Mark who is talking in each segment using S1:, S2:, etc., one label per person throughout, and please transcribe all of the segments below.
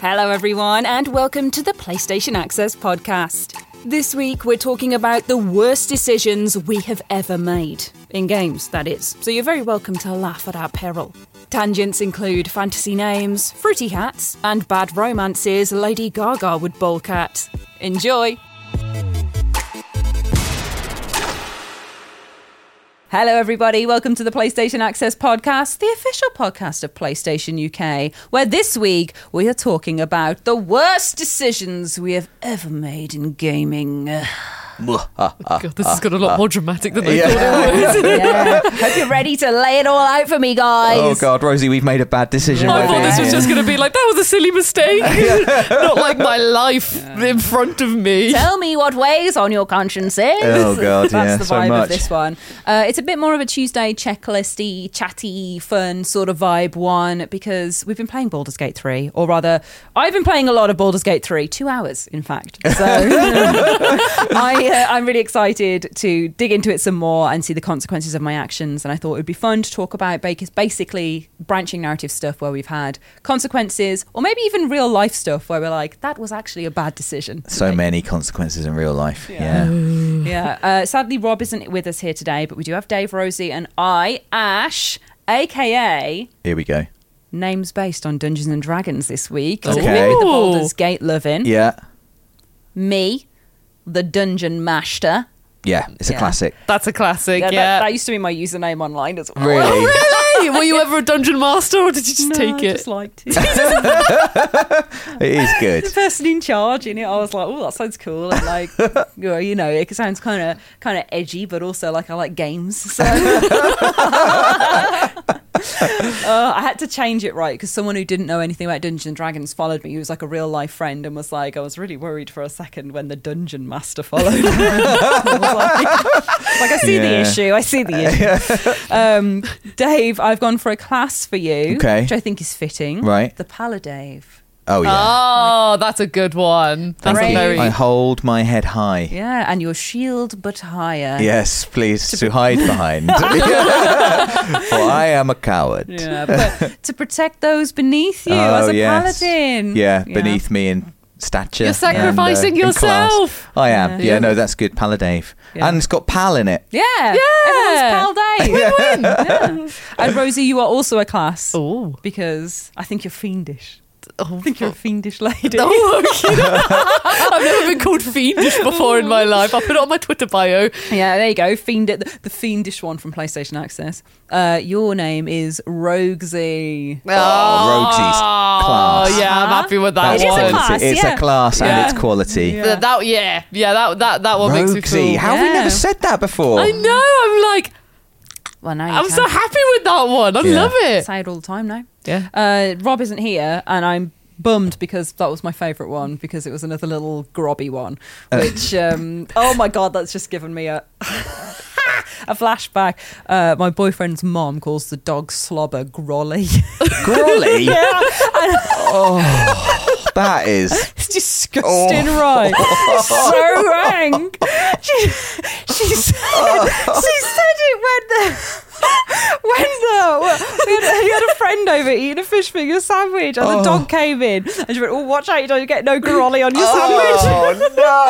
S1: Hello, everyone, and welcome to the PlayStation Access Podcast. This week, we're talking about the worst decisions we have ever made. In games, that is. So you're very welcome to laugh at our peril. Tangents include fantasy names, fruity hats, and bad romances Lady Gaga would balk at. Enjoy! Hello, everybody. Welcome to the PlayStation Access Podcast, the official podcast of PlayStation UK, where this week we are talking about the worst decisions we have ever made in gaming.
S2: God, this has got a lot more dramatic than I thought it would.
S1: yeah. Hope you're ready to lay it all out for me, guys.
S3: Oh God, Rosie, we've made a bad decision.
S1: Oh,
S2: I
S3: by
S2: thought
S3: being
S2: this was
S3: here.
S2: just going to be like, that was a silly mistake. Not like my life in front of me.
S1: Tell me what weighs on your conscience is.
S3: Oh, God,
S1: That's
S3: yeah,
S1: the
S3: so
S1: vibe of
S3: much.
S1: this one. Uh, it's a bit more of a Tuesday checklisty, chatty, fun sort of vibe one because we've been playing Baldur's Gate 3, or rather, I've been playing a lot of Baldur's Gate 3, two hours, in fact. So I, uh, I'm really excited to dig into it some more and see the consequences of my actions. And I thought it would be fun to talk about ba- basically branching narrative stuff where we've had consequences, or maybe even real life stuff where we're like, that was actually a bad decision. to
S3: so
S1: make.
S3: many consequences in real life. Yeah.
S1: Yeah. Uh, sadly, Rob isn't with us here today, but we do have Dave, Rosie, and I, Ash, aka
S3: Here we go.
S1: names based on Dungeons and Dragons this week. So
S3: Okay.
S1: we the
S2: Ooh.
S1: Baldur's Gate loving.
S3: Yeah.
S1: Me, the Dungeon Master.
S3: Yeah. It's a
S1: Yeah.
S3: classic.
S2: That's a classic,
S1: Yeah,
S2: yeah.
S1: That, that used to be my username online as well.
S3: Really.
S2: Hey, were you ever a dungeon master or did you just
S1: No,
S2: take
S1: I
S2: it?
S1: just liked it. the
S3: it is good.
S1: person in charge in it, I was like, "Oh, that sounds cool," and like, well, you know, it sounds kind of kind of edgy, but also like I like games. So Uh, I had to change it right because someone who didn't know anything about Dungeons and Dragons followed me. He was like a real life friend and was like, I was really worried for a second when the Dungeon Master followed. I was like, like, I see the
S3: Yeah.
S1: issue. I see the issue. um, Dave, I've gone for a class for you,
S3: Okay.
S1: which I think is fitting.
S3: Right.
S1: The Paladave.
S3: Oh yeah.
S2: Oh, that's a good one. That's
S1: Brave.
S2: a very.
S3: I hold my head high.
S1: Yeah, and your shield, but higher.
S3: Yes, please to, hide behind. For I am a coward.
S1: Yeah, but to protect those beneath you as
S3: Oh,
S1: a
S3: yes.
S1: paladin.
S3: Yeah, beneath me in stature.
S2: You're
S3: and, uh,
S2: sacrificing
S3: in class.
S2: yourself.
S3: I am.
S1: Yeah.
S3: Yeah, no, that's good. Paladave.
S1: Yeah.
S3: And it's got pal in it.
S1: Yeah. Yeah. Everyone's pal day. Yeah. And Rosie, you are also a class.
S2: Oh.
S1: Because I think you're fiendish. I
S2: Oh.
S1: think you're a fiendish lady.
S2: Oh, okay. I've never been called fiendish before in my life. I'll put it on my Twitter bio.
S1: Yeah, there you go. Fiend, the, the fiendish one from PlayStation Access. Uh, your name is Roguesy.
S3: Oh, Rosie's class.
S2: Ah, yeah, I'm happy with that
S1: Oh, It is a
S2: one.
S3: quality.
S1: class,
S3: It's
S1: yeah.
S3: a class
S2: Yeah.
S3: and it's quality.
S1: Yeah.
S2: Yeah. That yeah, yeah. That that that one makes me
S3: Roxy,
S2: cool.
S3: how have we
S1: Yeah.
S3: never said that before?
S2: I know. I'm like,
S1: Well, now you
S2: I'm
S1: can
S2: so happy with that one. I
S3: Yeah.
S2: love it.
S1: say it all the time now.
S2: Yeah.
S1: Uh, Rob isn't here, and I'm bummed because that was my favourite one because it was another little grobby one. Which, um, oh my god, that's just given me a a flashback. Uh, my boyfriend's mom calls the dog slobber grolly.
S3: Crawley. oh, that is.
S1: it's disgusting, right? It's so rank. She, she said, she said it when the. When the we had, he had a friend over eating a fish finger sandwich, and the dog came in, and she went, "Oh, watch out! You don't get no grolly on your sandwich."
S3: Oh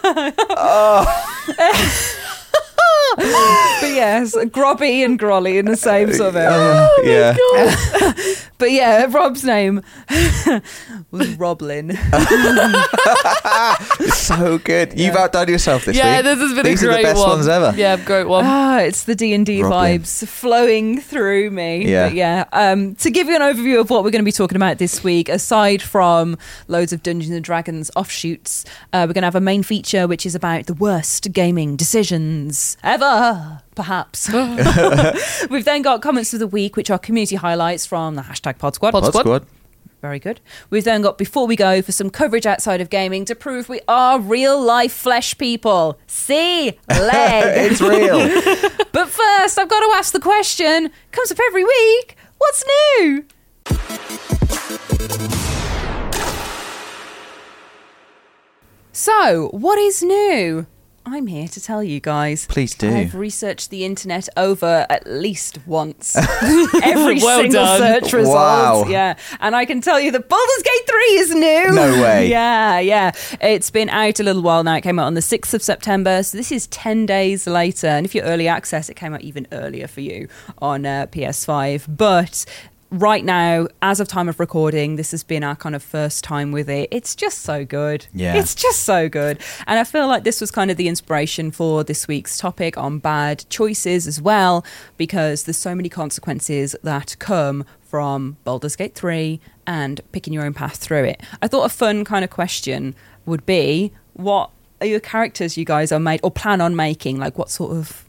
S2: Oh,
S3: no! No!
S1: But yes, grobby and grolly in the same sort of area.
S3: yeah.
S1: But yeah, Rob's name was Roblin.
S3: It's so good. You've outdone yourself this
S2: yeah,
S3: week.
S2: this has been
S3: These
S2: a great
S3: are the best
S2: one.
S3: ones ever.
S2: Yeah, great one.
S1: Ah, it's the D and D
S3: Roblin.
S1: vibes flowing through me.
S3: Yeah.
S1: But yeah. Um, to give you an overview of what we're going to be talking about this week, aside from loads of Dungeons and Dragons offshoots, uh, we're going to have a main feature which is about the worst gaming decisions ever, perhaps. We've then got comments of the week, which are community highlights from the hashtag Pod Squad.
S2: Pod
S3: Pod squad.
S1: Very good. We've then got before we go for some coverage outside of gaming to prove we are real life flesh people. See leg.
S3: It's real.
S1: but first, I've got to ask the question. Comes up every week. What's new? So, what is new? I'm here to tell you guys.
S3: Please do.
S1: I've researched the internet over at least once. Every
S2: Well
S1: single
S2: done.
S1: search result.
S3: Wow.
S1: Yeah. And I can tell you that Baldur's Gate 3 is new.
S3: No way.
S1: Yeah, yeah. It's been out a little while now. It came out on the 6th of September. So this is 10 days later. And if you're early access, it came out even earlier for you on uh, PS5. But. Right now, as of time of recording, this has been our kind of first time with it. It's just so good.
S3: Yeah.
S1: It's just so good. And I feel like this was kind of the inspiration for this week's topic on bad choices as well, because there's so many consequences that come from Baldur's Gate 3 and picking your own path through it. I thought a fun kind of question would be what are your characters you guys are made or plan on making? Like, what sort of.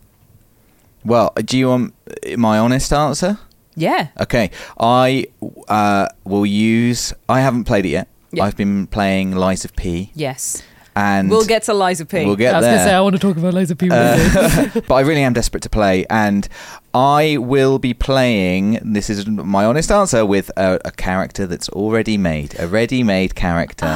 S3: Well, do you want my honest answer?
S1: Yeah.
S3: Okay, I uh, will use. I haven't played it yet.
S1: Yeah.
S3: I've been playing Lies of P,
S1: Yes.
S3: and
S1: We'll get to Liza P.
S3: we'll get
S2: I was
S3: there. Uh,
S2: gonna say I want to talk about loads of people.
S3: but I really am desperate to play, and I will be playing. This is my honest answer with a, a character that's already made, a ready-made character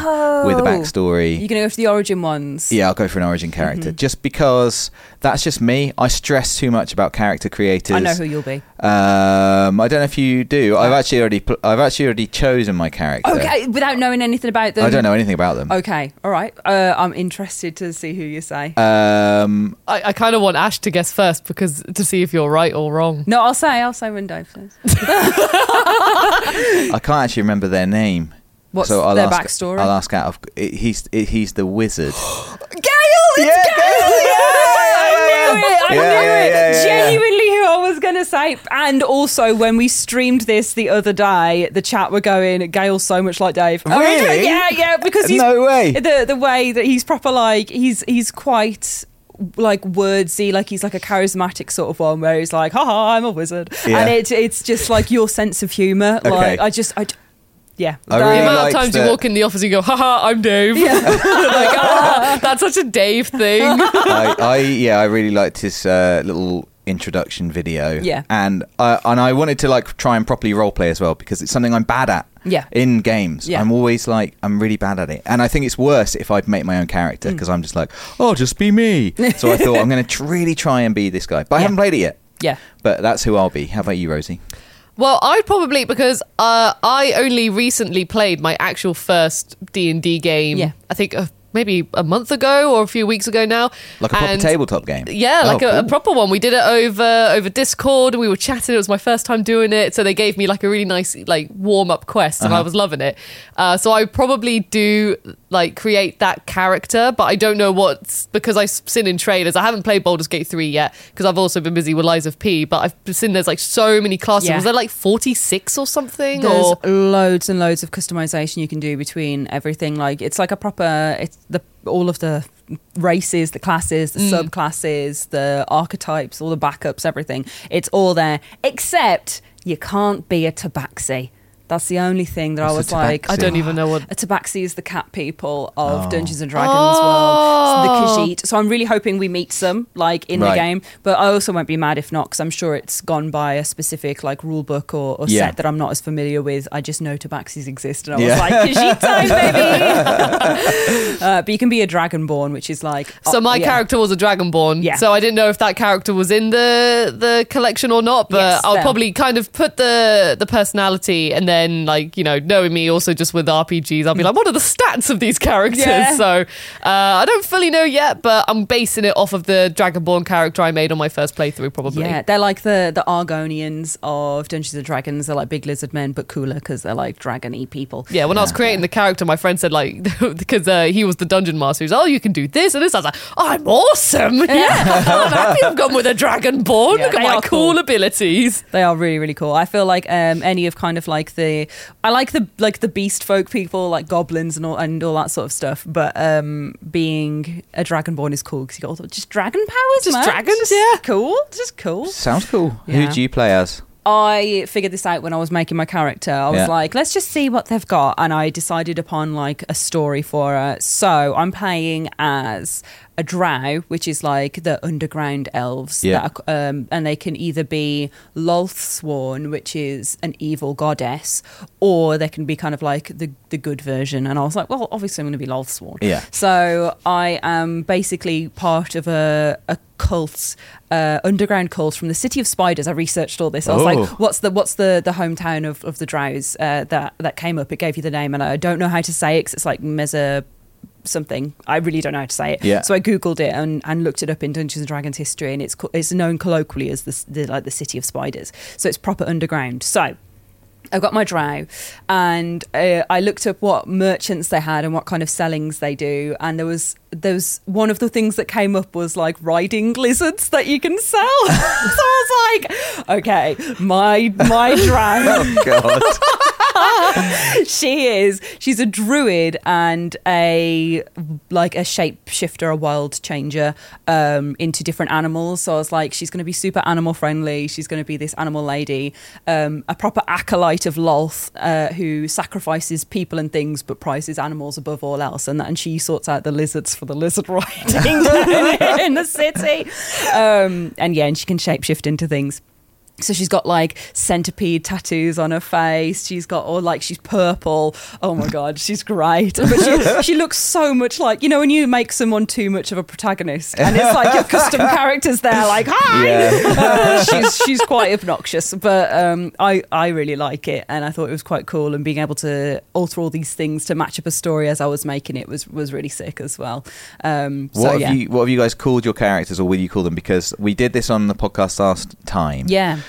S3: with a
S1: Oh.
S3: backstory.
S1: You're going to go for the origin ones.
S3: Yeah, I'll go for an origin character
S1: Mm-hmm.
S3: just because that's just me. I stress too much about character creators.
S1: I know who you'll be.
S3: Um, I don't know if you do. I've actually already pl- I've actually already chosen my character.
S1: Okay, without knowing anything about them.
S3: I don't know anything about them.
S1: Okay, all right. Uh, I'm interested to see who you say.
S3: Um,
S2: I, I kind of want Ash to guess first because to see if you're right or wrong.
S1: no, I'll say I'll say Window first.
S3: I can't actually remember their name.
S1: What's
S3: so I'll
S1: their
S3: ask,
S1: backstory?
S3: I'll ask out of it, he's it, he's the wizard.
S1: Gail, it's
S3: Yeah,
S1: Gail.
S3: Gail, yeah,
S1: I knew it. I
S3: yeah,
S1: knew
S3: yeah,
S1: it.
S3: yeah, yeah, yeah.
S1: Genuinely, who I was going to say. And also, when we streamed this the other day, the chat were going, "Gail's so much like Dave." Oh,
S3: Really?
S1: yeah, yeah. Because he's
S3: No way.
S1: The the way that he's proper like he's he's quite like wordsy like he's like a charismatic sort of one where he's like ha ha i'm a wizard
S3: Yeah.
S1: and it, it's just like your sense of humor
S3: Okay.
S1: like i just i d- yeah That-
S3: I
S2: The
S3: really
S2: amount of
S3: liked
S2: times
S3: that-
S2: you walk in the office and you go, haha, I'm Dave.
S1: yeah.
S2: like, ah, that's such a Dave thing.
S3: I, I yeah, I really liked his uh, little introduction video.
S1: Yeah.
S3: and I and I wanted to like try and properly roleplay as well because it's something I'm bad at.
S1: Yeah.
S3: in games,
S1: Yeah.
S3: I'm always like I'm really bad at it, and I think it's worse if I make my own character
S1: Mm.
S3: because I'm just like, oh, just be me. So I thought I'm going to tr- really try and be this guy, but I haven't played it yet.
S1: yeah
S3: But that's who I'll be. How about you, Rosie?
S2: Well, I probably because uh, I only recently played my actual first D and D game.
S1: Yeah.
S2: I think uh, maybe a month ago or a few weeks ago now.
S3: Like a proper
S2: And-
S3: tabletop game?
S2: Yeah,
S3: Oh,
S2: like a, a
S3: cool.
S2: proper one. We did it over over Discord. We were chatting. It was my first time doing it, so they gave me like a really nice like warm up quest, and I was loving it. Uh, so I probably do like create that character, but I don't know what's because I've seen in trailers. I haven't played Baldur's Gate three yet because I've also been busy with Lies of P. But I've seen there's like so many classes.
S1: Yeah.
S2: Was there like forty six or something?
S1: There's
S2: or
S1: loads and loads of customization you can do between everything. Like it's like a proper it's the all of the races, the classes, the
S2: Mm.
S1: subclasses, the archetypes, all the backups, everything. It's all there. Except you can't be a tabaxi. That's the only thing that I
S3: What's
S1: was
S3: a
S1: like.
S3: tabaxi?
S2: I don't even know what.
S1: A tabaxi is the cat people of
S3: Oh.
S1: Dungeons and Dragons
S2: Oh.
S1: world, so the Khajiit. So I'm really hoping we meet some like in
S3: Right.
S1: the game, but I also won't be mad if not, because I'm sure it's gone by a specific like rule book or, or
S3: Yeah.
S1: set that I'm not as familiar with. I just know tabaxis exist, and I
S3: Yeah.
S1: was like, Khajiit time, baby. uh, but you can be a dragonborn, which is like
S2: So
S1: uh,
S2: my
S1: yeah.
S2: character was a dragonborn.
S1: Yeah.
S2: So I didn't know if that character was in the the collection or not, but
S1: Yes,
S2: I'll
S1: there.
S2: probably kind of put the the personality and then like, you know, knowing me also just with RPGs, I'll be like, what are the stats of these characters?
S1: Mm. Yeah.
S2: So uh, I don't fully know yet, but I'm basing it off of the dragonborn character I made on my first playthrough probably.
S1: Yeah, they're like the the Argonians of Dungeons and Dragons. They're like big lizard men, but cooler because they're like dragony people.
S2: Yeah, when I was creating the character, my friend said like because uh, he was the dungeon master. He's oh, you can do this and this. I was like, I'm awesome. Yeah, I'm happy I've gone with a dragonborn.
S1: Yeah,
S2: Look at
S1: they
S2: my
S1: are
S2: cool,
S1: cool.
S2: abilities.
S1: They are really really cool. I feel like um, any of kind of like the I like the like the beast folk people like goblins and all and all that sort of stuff. But um, being a dragonborn is cool because you got all the, just dragon powers,
S2: Just
S1: man.
S2: dragons,
S1: Just
S2: yeah.
S1: cool, just cool.
S3: Sounds cool.
S1: Yeah.
S3: Who do you play as?
S1: I figured this out when I was making my character. I was
S3: Yeah.
S1: like, let's just see what they've got, and I decided upon like a story for her. So I'm playing as a drow, which is like the underground elves,
S3: Yeah.
S1: that are, um, and they can either be Lolthsworn, which is an evil goddess, or they can be kind of like the the good version. And I was like, well, obviously I'm going to be Lolthsworn.
S3: Yeah.
S1: So I am basically part of a, a cult, uh, underground cult from the city of spiders. I researched all this. I was
S3: Oh.
S1: like, what's the what's the the hometown of, of the drows uh, that that came up? It gave you the name, and I don't know how to say it 'cause it's like Meza something. I really don't know how to say it.
S3: Yeah.
S1: So I googled it and, and looked it up in Dungeons and Dragons history, and it's co- it's known colloquially as the, s- the like the city of spiders. So it's proper underground. So. I got my drow and uh, I looked up what merchants they had and what kind of sellings they do. And there was there was one of the things that came up was like riding lizards that you can sell. so I was like, okay, my my drow
S3: Oh God!
S1: she is. She's a druid and a like a shapeshifter, a wild changer um, into different animals. So I was like, she's going to be super animal friendly. She's going to be this animal lady, um, a proper acolyte of Lolth uh, who sacrifices people and things but prizes animals above all else. And and she sorts out the lizards for the lizard riding down in the city. Um, and yeah, and she can shapeshift into things. So she's got like centipede tattoos on her face. She's got all like she's purple. Oh my god, she's great. But she, she looks so much like you know when you make someone too much of a protagonist, and it's like your custom characters there, like hi.
S3: Yeah.
S1: Uh, she's she's quite obnoxious, but um, I I really like it, and I thought it was quite cool. And being able to alter all these things to match up a story as I was making it was was really sick as well. Um,
S3: What
S1: so
S3: have
S1: yeah,
S3: you What have you guys called your characters, or will you call them? Because we did this on the podcast last time.
S1: yeah.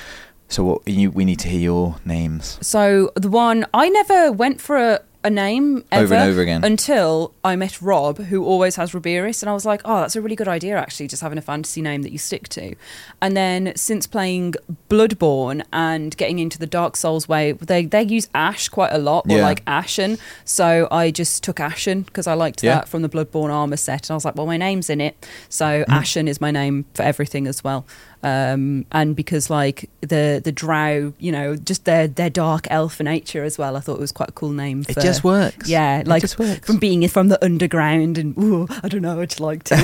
S3: So what, you, we need to hear your names.
S1: So the one I never went for a, a name ever
S3: Over and over again.
S1: until I met Rob, who always has Robiris, and I was like, oh, that's a really good idea actually, just having a fantasy name that you stick to. And then since playing Bloodborne and getting into the Dark Souls way, they they use Ash quite a lot, or
S3: Yeah.
S1: like Ashen. So I just took Ashen because I liked
S3: Yeah.
S1: that from the Bloodborne armor set, and I was like, well, my name's in it, so
S3: Mm-hmm.
S1: Ashen is my name for everything as well. Um, and because like the the Drow, you know, just their their dark elf nature as well, I thought it was quite a cool name. For,
S3: It just works.
S1: Yeah,
S3: It
S1: like
S3: just works.
S1: from being from the underground, and ooh, I don't know, I just liked it.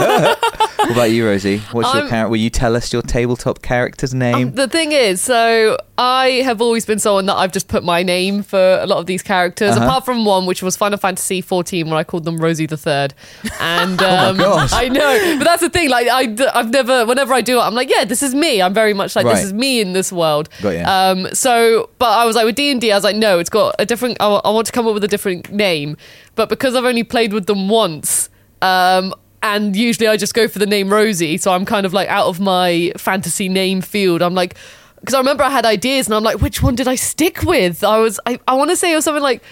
S3: What about you, Rosie? What's your
S2: I'm-
S3: character? Will you tell us your tabletop character's name?
S2: Um, the thing is, so I have always been someone that I've just put my name for a lot of these characters,
S3: Uh-huh.
S2: apart from one, which was Final Fantasy XIV, where I called them Rosie the Third. And um,
S3: Oh gosh.
S2: I know, but that's the thing. Like I, have never, whenever I do it, I'm like, yeah, this is me. I'm very much like
S3: Right.
S2: this is me in this world.
S3: Got ya.
S2: Um, so, but I was like with D and D, I was like, no, it's got a different. I, I want to come up with a different name, but because I've only played with them once, um, and usually I just go for the name Rosie, so I'm kind of like out of my fantasy name field. I'm like, because I remember I had ideas, and I'm like, which one did I stick with? I was, I, I want to say it was something like.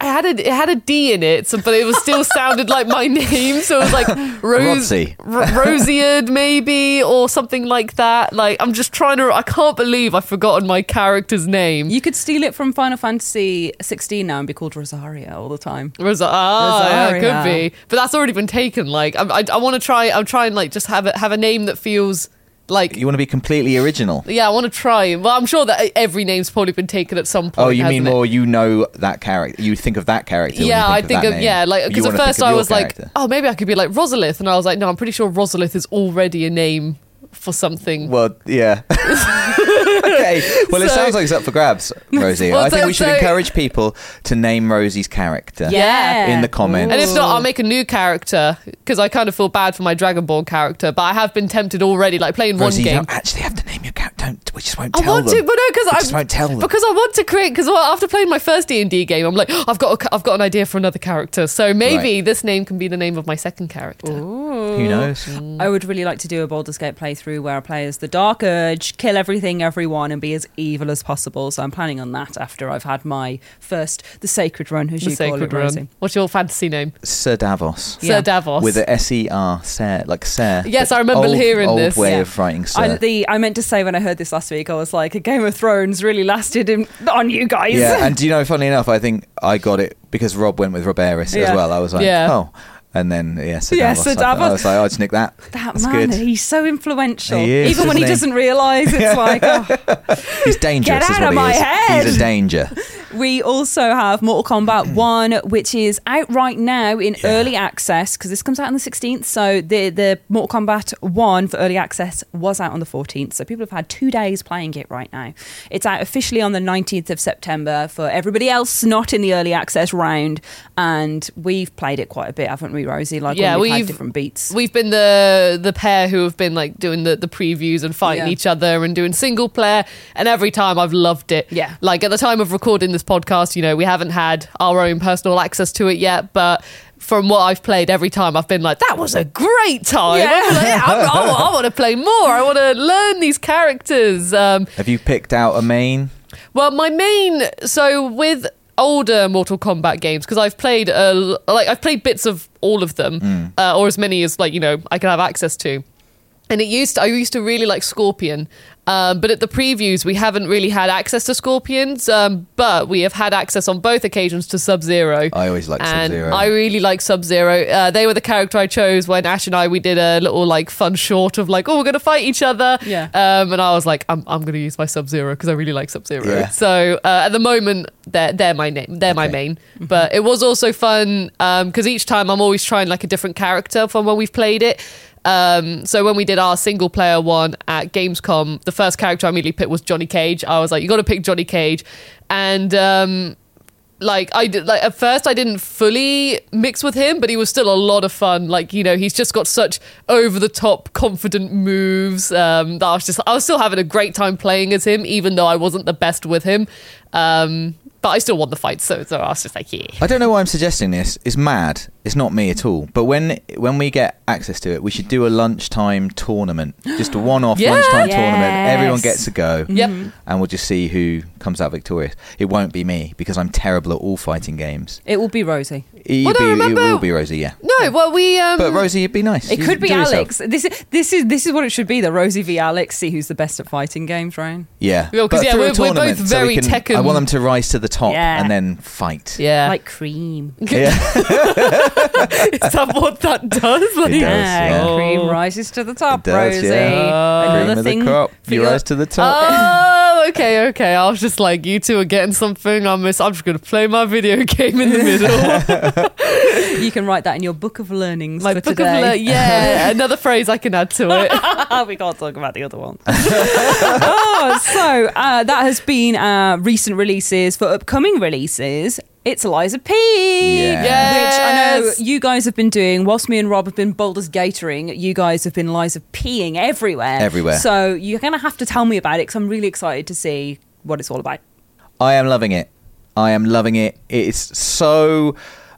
S2: I had a, it had a D in it, so, but it was still sounded like my name. So it was like Rose,
S3: Rotsy.
S2: R- Rosiad maybe, or something like that. Like I'm just trying to. I can't believe I've forgotten my character's name.
S1: you could steal it from Final Fantasy 16 now and be called Rosaria all the time.
S2: Ros- ah, yeah, it could
S1: Rosaria.
S2: be, but that's already been taken. Like I, I, I want to try. I'm trying like just have a, have a name that feels like.
S3: you want to be completely original.
S2: Yeah, I want to try. Well, I'm sure that e, every name's probably been taken at some point.
S3: Oh, you mean
S2: hasn't it?
S3: more? You know that character. You think of that character. when
S2: Yeah,
S3: you
S2: I think
S3: that
S2: of
S3: name.
S2: yeah, like
S3: You
S2: because at
S3: wanna think
S2: first
S3: of
S2: I
S3: your
S2: was like,
S3: character.
S2: oh, maybe I could be like Rosalith, and I was like, no, I'm pretty sure Rosalith is already a name for something.
S3: Well, yeah. okay. Well, it
S2: So-
S3: sounds like it's up for grabs, Rosie.
S2: Well,
S3: I think
S2: so-
S3: we should
S2: so-
S3: encourage people to name Rosie's character.
S2: Yeah.
S3: In the comments.
S2: And if not, I'll make a new character because I kind of feel bad for my Dragonborn character, but I have been tempted already, like playing one
S3: Rosie, you
S2: game.
S3: don't actually have to name your character. Don't. We just won't
S2: I
S3: tell
S2: want
S3: them.
S2: to, but no, because
S3: We
S2: I
S3: just won't tell them.
S2: Because I want to create. Because well, after playing my first D and D game, I'm like, "Oh, I've got, a, I've got an idea for another character. So maybe
S3: Right.
S2: this name can be the name of my second character.
S3: Who knows?
S1: I would really like to do a Baldur's Gate playthrough where I play as the Dark Urge, kill everything, everyone, and be as evil as possible. So I'm planning on that after I've had my first, the Sacred Run, as
S2: The
S1: you call it,
S2: Sacred Run.
S1: Rosie.
S2: What's your fantasy name?
S3: Sir Davos.
S1: Yeah.
S2: Sir Davos.
S3: With a S E R, Sir, like Sir.
S2: Yes,
S3: The
S2: I remember
S3: old,
S2: hearing
S3: old
S2: this.
S3: way
S1: Yeah.
S3: of writing Sir.
S1: I, the, I meant to say when I heard this last week, I was like, a Game of Thrones really lasted in, on you guys.
S3: yeah, and do you know? Funny enough, I think I got it because Rob went with Roberis
S1: Yeah.
S3: as well. I was like,
S2: Yeah.
S3: oh, and then yeah, Sir
S1: Yeah,
S3: Davos.
S1: Sir
S3: I thought- I
S1: Davos.
S3: was like, oh, just nick that.
S1: that
S3: That's
S1: man,
S3: good.
S1: he's so influential.
S3: He is,
S1: Even when he
S3: isn't he?
S1: doesn't realise, it's like, oh,
S3: He's dangerous.
S1: Get
S3: is
S1: out
S3: what
S1: of
S3: he
S1: my
S3: is.
S1: head.
S3: He's a danger.
S1: We also have Mortal Kombat 1, which is out right now in early access because this comes out on the 16th. So the, the Mortal Kombat 1 for early access was out on the 14th. So people have had two days playing it right now. It's out officially on the 19th of September for everybody else not in the early access round. And we've played it quite a bit, haven't we, Rosie? Like,
S2: Yeah,
S1: yeah, we've,
S2: we've-
S1: had different beats.
S2: We've been the the pair who have been like doing the, the previews and fighting
S1: Yeah.
S2: each other and doing single player, and every time I've loved it.
S1: Yeah.
S2: Like at the time of recording this podcast, you know, we haven't had our own personal access to it yet, but from what I've played, every time I've been like, that was a great time.
S1: Yeah.
S2: I'm like, "Yeah, I'm- I, want to play more. I want to learn these characters. Um,
S3: Have you picked out a main?
S2: well, my main so with older Mortal Kombat games because I've played uh, l- like I've played bits of all of them uh, or as many as like you know I can have access to. And it used to, I used to really like Scorpion, um, but at the previews we haven't really had access to Scorpions, um, but we have had access on both occasions to Sub Zero.
S3: I always liked
S2: And
S3: Sub-Zero.
S2: I really like Sub Zero. Uh, they were the character I chose when Ash and I we did a little like fun short of like, oh, we're gonna fight each other.
S1: Yeah.
S2: Um, and I was like, I'm, I'm gonna use my Sub Zero because I really like Sub Zero.
S3: Yeah.
S2: So uh, at the moment, they're they're my name, they're my
S3: Okay.
S2: main. But it was also fun because each time I'm always trying like a different character from when we've played it. Um, so when we did our single player one at Gamescom, the first character I immediately picked was Johnny Cage. I was like, you got to pick Johnny Cage, and um, like I did, like at first I didn't fully mix with him, but he was still a lot of fun. Like you know, he's just got such over the top confident moves. Um, that I was just I was still having a great time playing as him, even though I wasn't the best with him. Um, but I still won the fight, so so I was just like, yeah.
S3: I don't know why I'm suggesting this. It's mad. It's not me at all. But when when we get access to it, we should do a lunchtime tournament. Just a one-off
S2: Yeah.
S3: lunchtime tournament. Everyone
S1: Yes.
S3: gets a go.
S2: Yep.
S3: And we'll just see who comes out victorious. It won't be me because I'm terrible at all fighting games.
S1: It will be Rosie.
S3: It,
S2: Well, no,
S3: will be,
S2: remember-
S3: it will be Rosie, yeah.
S2: No, well we um,
S3: But Rosie, it'd be nice.
S1: It
S3: You
S1: could be
S3: do yourself.
S1: Alex. This is this is this is what it should be. The Rosie v Alex. See who's the best at fighting games, Ryan.
S3: Yeah.
S2: Well, 'cause,
S3: But
S2: yeah,
S3: through a
S2: we're- we're both
S3: tournament, so we
S2: very
S3: can-
S2: Tekken-
S3: I want them to rise to the top
S1: Yeah.
S3: and then fight.
S2: yeah,
S1: Like cream.
S3: Yeah.
S2: is that what that does? Like,
S3: It does, yeah.
S2: Oh.
S1: Cream rises to the top,
S3: It does,
S1: Rosie.
S3: yeah.
S1: Another
S3: Cream of
S1: thing
S3: the crop.
S1: for
S3: You
S1: your-
S3: rise to the top.
S2: Oh, okay, okay. I was just like, you two are getting something. I'm just, I'm just gonna play my video game in the middle.
S1: You can write that in your book of learnings
S2: My
S1: for
S2: book
S1: today.
S2: of le- yeah, another phrase I can add to it.
S1: we can't talk about the other one. oh, so uh, that has been uh, recent releases. For upcoming releases, it's Eliza P.
S3: Yeah.
S1: Which I know
S2: Yes.
S1: you guys have been doing. Whilst me and Rob have been Boulders Gatoring, you guys have been Eliza P-ing everywhere.
S3: Everywhere.
S1: So you're going to have to tell me about it because I'm really excited to see what it's all about.
S3: I am loving it. I am loving it. It's so.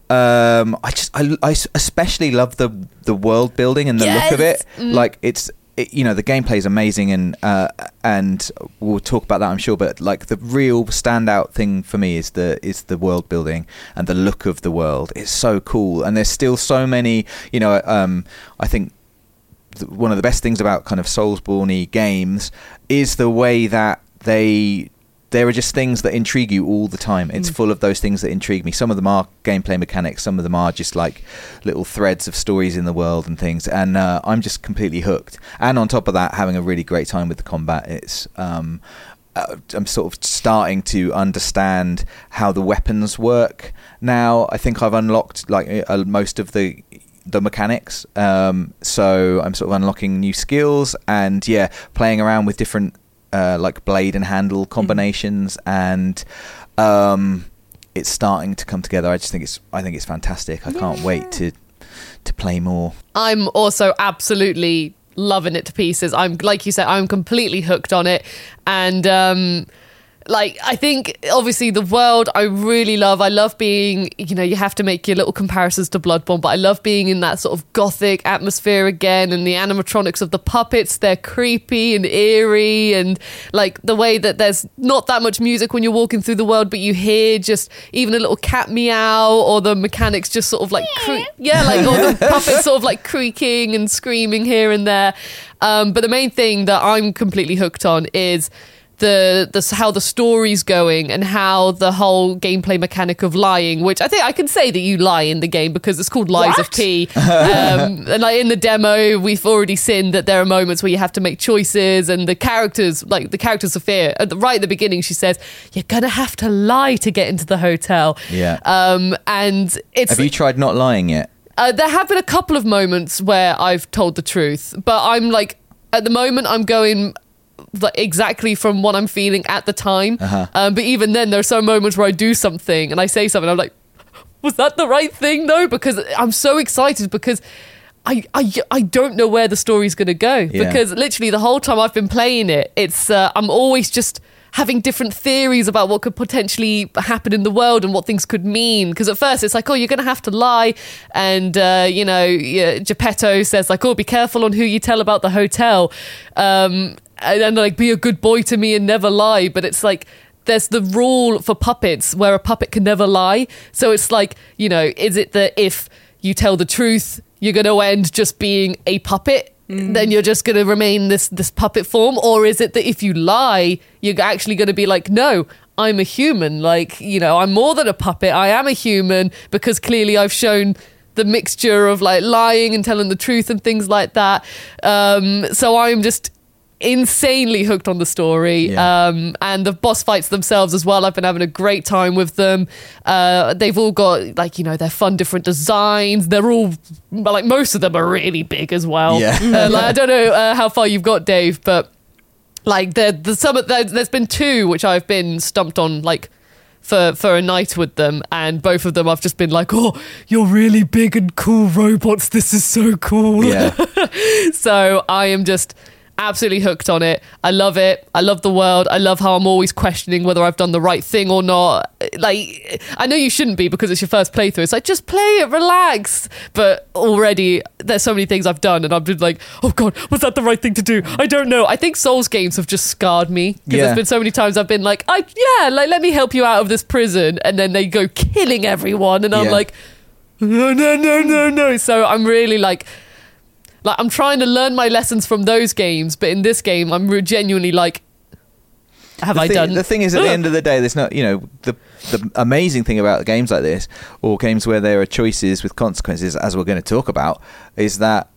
S3: Um, I just I, I especially love the the world building and the look of
S2: Yes.
S3: it. Like it's it, you know the gameplay is amazing and uh, and we'll talk about that I'm sure. But like the real standout thing for me is the is the world building and the look of the world. It's so cool and there's still so many. You know um, I think th- one of the best things about kind of Soulsborne games is the way that they there are just things that intrigue you all the time. It's full of those things that intrigue me. Some of them are gameplay mechanics. Some of them are just like little threads of stories in the world and things. And uh, I'm just completely hooked. And on top of that, having a really great time with the combat. It's um, uh, I'm sort of starting to understand how the weapons work now. I think I've unlocked like uh, most of the the mechanics. Um, so I'm sort of unlocking new skills and yeah, playing around with different uh, like blade and handle combinations and um, it's starting to come together. I just think it's I think it's fantastic. I can't wait to to play more.
S2: I'm also absolutely loving it to pieces. I'm like you said, I'm completely hooked on it, and um, like I think obviously the world I really love. I love being you know you have to make your little comparisons to Bloodborne, but I love being in that sort of gothic atmosphere again, and the animatronics of the puppets. They're creepy and eerie, and like the way that there's not that much music when you're walking through the world, but you hear just even a little cat meow or the mechanics just sort of like cre- yeah, like all the puppets sort of like creaking and screaming here and there. Um, but the main thing that I'm completely hooked on is the the how the story's going and how the whole gameplay mechanic of lying, which I think I can say that you lie in the game because it's called Lies of
S1: What?
S2: P. Um, and like in the demo, we've already seen that there are moments where you have to make choices, and the characters, like the character Sophia, at the, right at the beginning, she says, "You're gonna have to lie to get into the hotel."
S3: Yeah.
S2: Um, and it's
S3: Have you tried not lying yet?
S2: uh, there have been a couple of moments where I've told the truth, but I'm like, at the moment, I'm going like, exactly from what I'm feeling at the time. Um, but even then, there are some moments where I do something and I say something. I'm like, was that the right thing though? Because I'm so excited because. I, I, I don't know where the story's going to go
S3: Yeah.
S2: because literally the whole time I've been playing it, it's uh, I'm always just having different theories about what could potentially happen in the world and what things could mean. Because at first it's like, oh, you're going to have to lie, and uh, you know, yeah, Geppetto says like, oh, be careful on who you tell about the hotel, um, and then like be a good boy to me and never lie. But it's like. There's the rule for puppets where a puppet can never lie. So it's like, you know, is it that if you tell the truth, you're going to end just being a puppet then you're just going to remain this this puppet form or is it that if you lie you're actually going to be like no i'm a human like you know i'm more than a puppet i am a human because clearly i've shown the mixture of like lying and telling the truth and things like that um so i'm just insanely hooked on the story
S3: Yeah.
S2: um and the boss fights themselves as well i've been having a great time with them uh they've all got like you know their fun different designs they're all like most of them are really big as well
S3: Yeah.
S2: Uh, like, i don't know uh, how far you've got dave but like there the some of- there, there's been two which I've been stumped on like for for a night with them and both of them I've just been like oh you're really big and cool robots this is so cool
S3: Yeah.
S2: so I am just absolutely hooked on it I love it I love the world I love how I'm always questioning whether I've done the right thing or not like I know you shouldn't be because it's your first playthrough it's like just play it relax but already there's so many things I've done and I've been like oh god was that the right thing to do I don't know I think Souls games have just scarred me because
S3: Yeah.
S2: there's been so many times I've been like, I yeah, like let me help you out of this prison, and then they go killing everyone, and I'm
S3: Yeah.
S2: like, no, no, no, no, no. So I'm really like, like I'm trying to learn my lessons from those games, but in this game, I'm re- genuinely like, have
S3: the
S2: I
S3: thing,
S2: done
S3: The thing is, at the end of the day, there's not. You know, the the amazing thing about games like this, or games where there are choices with consequences, as we're going to talk about, is that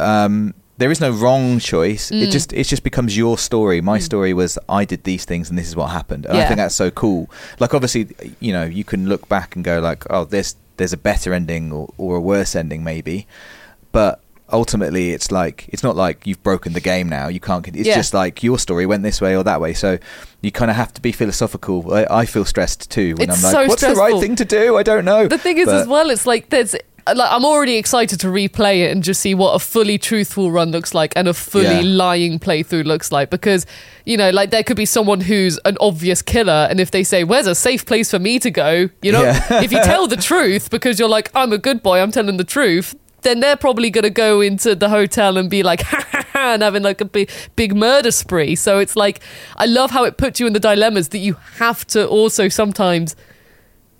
S3: um, there is no wrong choice.
S2: Mm.
S3: It just it just becomes your story. My story was I did these things and this is what happened, and I
S2: Yeah.
S3: think that's so cool. Like obviously, you know, you can look back and go like, oh, there's there's a better ending or, or a worse ending maybe, but. Ultimately, it's like it's not like you've broken the game now. You can't. con- It's
S2: Yeah.
S3: just like your story went this way or that way. So you kind of have to be philosophical. I, I feel stressed too when
S2: It's
S3: I'm like,
S2: so
S3: what's the right
S2: stressful.
S3: thing to do? I don't know.
S2: The thing is,
S3: But-
S2: as well, it's like there's. Like, I'm already excited to replay it and just see what a fully truthful run looks like and a fully
S3: Yeah.
S2: lying playthrough looks like because you know like there could be someone who's an obvious killer and if they say where's a safe place for me to go you know
S3: Yeah.
S2: if you tell the truth because you're like I'm a good boy I'm telling the truth then they're probably going to go into the hotel and be like ha ha ha and having like a big big murder spree so it's like I love how it puts you in the dilemmas that you have to also sometimes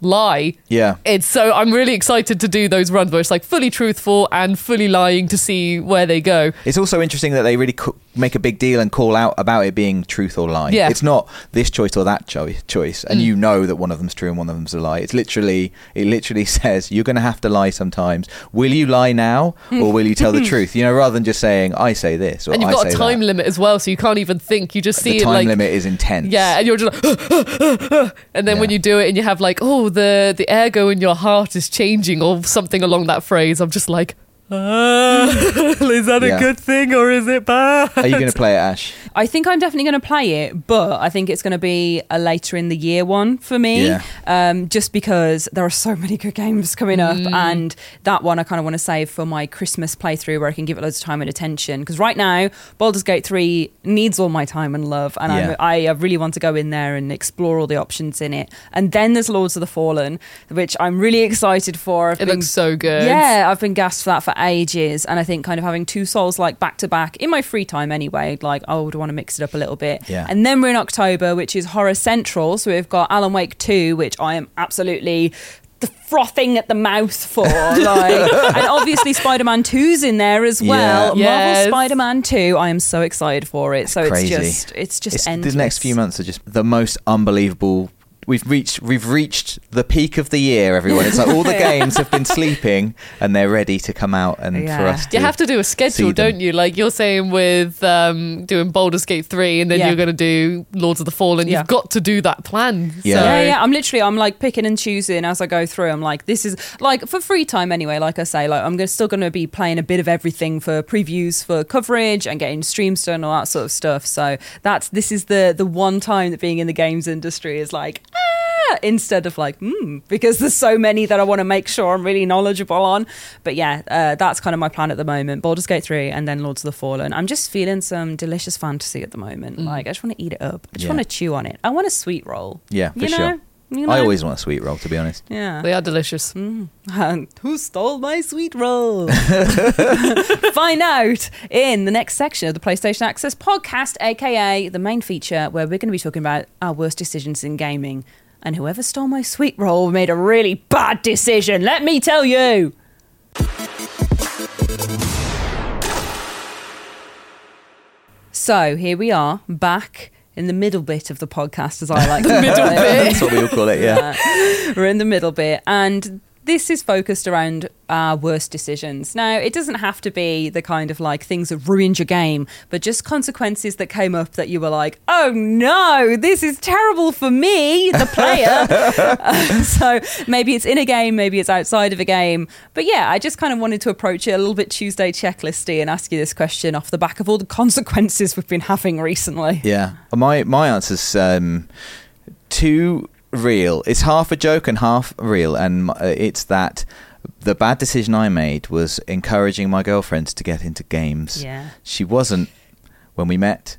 S2: lie
S3: Yeah.
S2: it's so I'm really excited to do those runs where it's like fully truthful and fully lying to see where they go.
S3: It's also interesting that they really co- make a big deal and call out about it being truth or lie.
S2: Yeah. Mm.
S3: It's not this choice or that cho- choice, and you know that one of them's true and one of them's a lie. It's literally, it literally says you're going to have to lie sometimes. Will you lie now or will you tell the truth? You know, rather than just saying I say this or
S2: And you've
S3: I
S2: got
S3: say
S2: a time
S3: that.
S2: limit as well, so you can't even think. You just see
S3: The
S2: it
S3: time
S2: like
S3: limit is intense.
S2: yeah, and you're just like, and then when
S3: Yeah.
S2: you do it and you have like, oh, the the ergo in your heart is changing or something along that phrase. I'm just like, ah, is that
S3: Yeah.
S2: a good thing or is it bad?
S3: Are you going to play it, Ash?
S1: I think I'm definitely going to play it, but I think it's going to be a later in the year one for me.
S3: Yeah.
S1: Um, just because there are so many good games coming up,
S2: Mm.
S1: and that one I kind of want to save for my Christmas playthrough where I can give it loads of time and attention. Because right now, Baldur's Gate 3 needs all my time and love, and
S3: Yeah.
S1: I'm, I uh, really want to go in there and explore all the options in it. And then there's Lords of the Fallen, which I'm really excited for. I've
S2: It
S1: been
S2: looks so good.
S1: yeah, I've been gassed for that for ages, and I think kind of having two souls like back to back in my free time anyway. Like I would want to mix it up a little bit.
S3: Yeah.
S1: And then we're in October, which is horror central, so we've got Alan Wake two, which I am absolutely. the frothing at the mouth for. Like, and obviously, Spider Man 2's in there as well.
S2: Yeah. Yes.
S1: Marvel Spider Man 2, I am so excited for it. So
S3: Crazy.
S1: it's just, it's just
S3: It's-
S1: endless.
S3: The next few months are just the most unbelievable. We've reached we've reached the peak of the year, everyone. It's like all the games have been sleeping and they're ready to come out and for
S1: Yeah.
S3: us. To
S2: You have to do a schedule,
S3: them.
S2: don't you? Like you're saying with um, doing Baldur's Gate 3 and then
S1: Yeah.
S2: you're going to do Lords of the Fallen.
S1: Yeah.
S2: You've got to do that plan.
S3: Yeah.
S2: So-
S1: Yeah, yeah. I'm literally, I'm like picking and choosing as I go through. I'm like, this is like for free time anyway. Like I say, like I'm gonna, still going to be playing a bit of everything for previews, for coverage, and getting streams done, all that sort of stuff. So that's this is the the one time that being in the games industry is like. ah, Instead of like, hmm, because there's so many that I want to make sure I'm really knowledgeable on. But yeah, uh, that's kind of my plan at the moment. Baldur's Gate 3 and then Lords of the Fallen. I'm just feeling some delicious fantasy at the moment. Like, I just want to eat it up. I just
S3: Yeah.
S1: want to chew on it. I want a sweet roll.
S3: Yeah, for
S1: You know?
S3: sure.
S1: You know?
S3: I always want a sweet roll, to be honest.
S1: Yeah.
S2: They are delicious.
S1: And who stole my sweet roll? Find out in the next section of the PlayStation Access podcast, aka the main feature, where we're going to be talking about our worst decisions in gaming. And whoever stole my sweet roll made a really bad decision, let me tell you. So here we are, back in the middle bit of the podcast, as I like to middle
S3: That's what we all call it. Yeah.
S1: we're in the middle bit and this is focused around our worst decisions. Now, it doesn't have to be the kind of like things that ruined your game, but just consequences that came up that you were like, oh no, this is terrible for me, the player. Uh, so maybe it's in a game, maybe it's outside of a game. But yeah, I just kind of wanted to approach it a little bit Tuesday checklisty and ask you this question off the back of all the consequences we've been having recently.
S3: Yeah. My my answer's um, too real. It's half a joke and half real, and m- uh, it's that the bad decision I made was encouraging my girlfriend to get into games.
S1: Yeah.
S3: She wasn't when we met.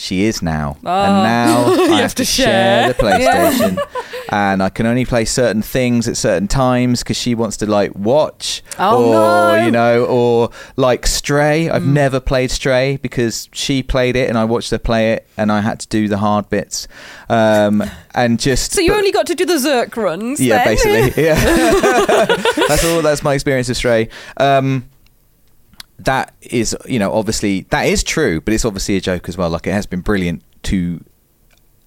S3: She is now,
S1: Oh.
S3: and now I have,
S2: have to
S3: to share,
S2: share.
S3: the PlayStation, and I can only play certain things at certain times because she wants to like watch
S1: Oh,
S3: or
S1: no.
S3: you know or like Stray.
S1: Mm.
S3: I've never played Stray because she played it and I watched her play it, and I had to do the hard bits, um, and just
S1: So you
S3: but-
S1: only got to do the Zerk runs.
S3: yeah,
S1: then?
S3: basically. Yeah. that's all. That's my experience of Stray. Um, that is, you know, obviously that is true, but it's obviously a joke as well. Like it has been brilliant to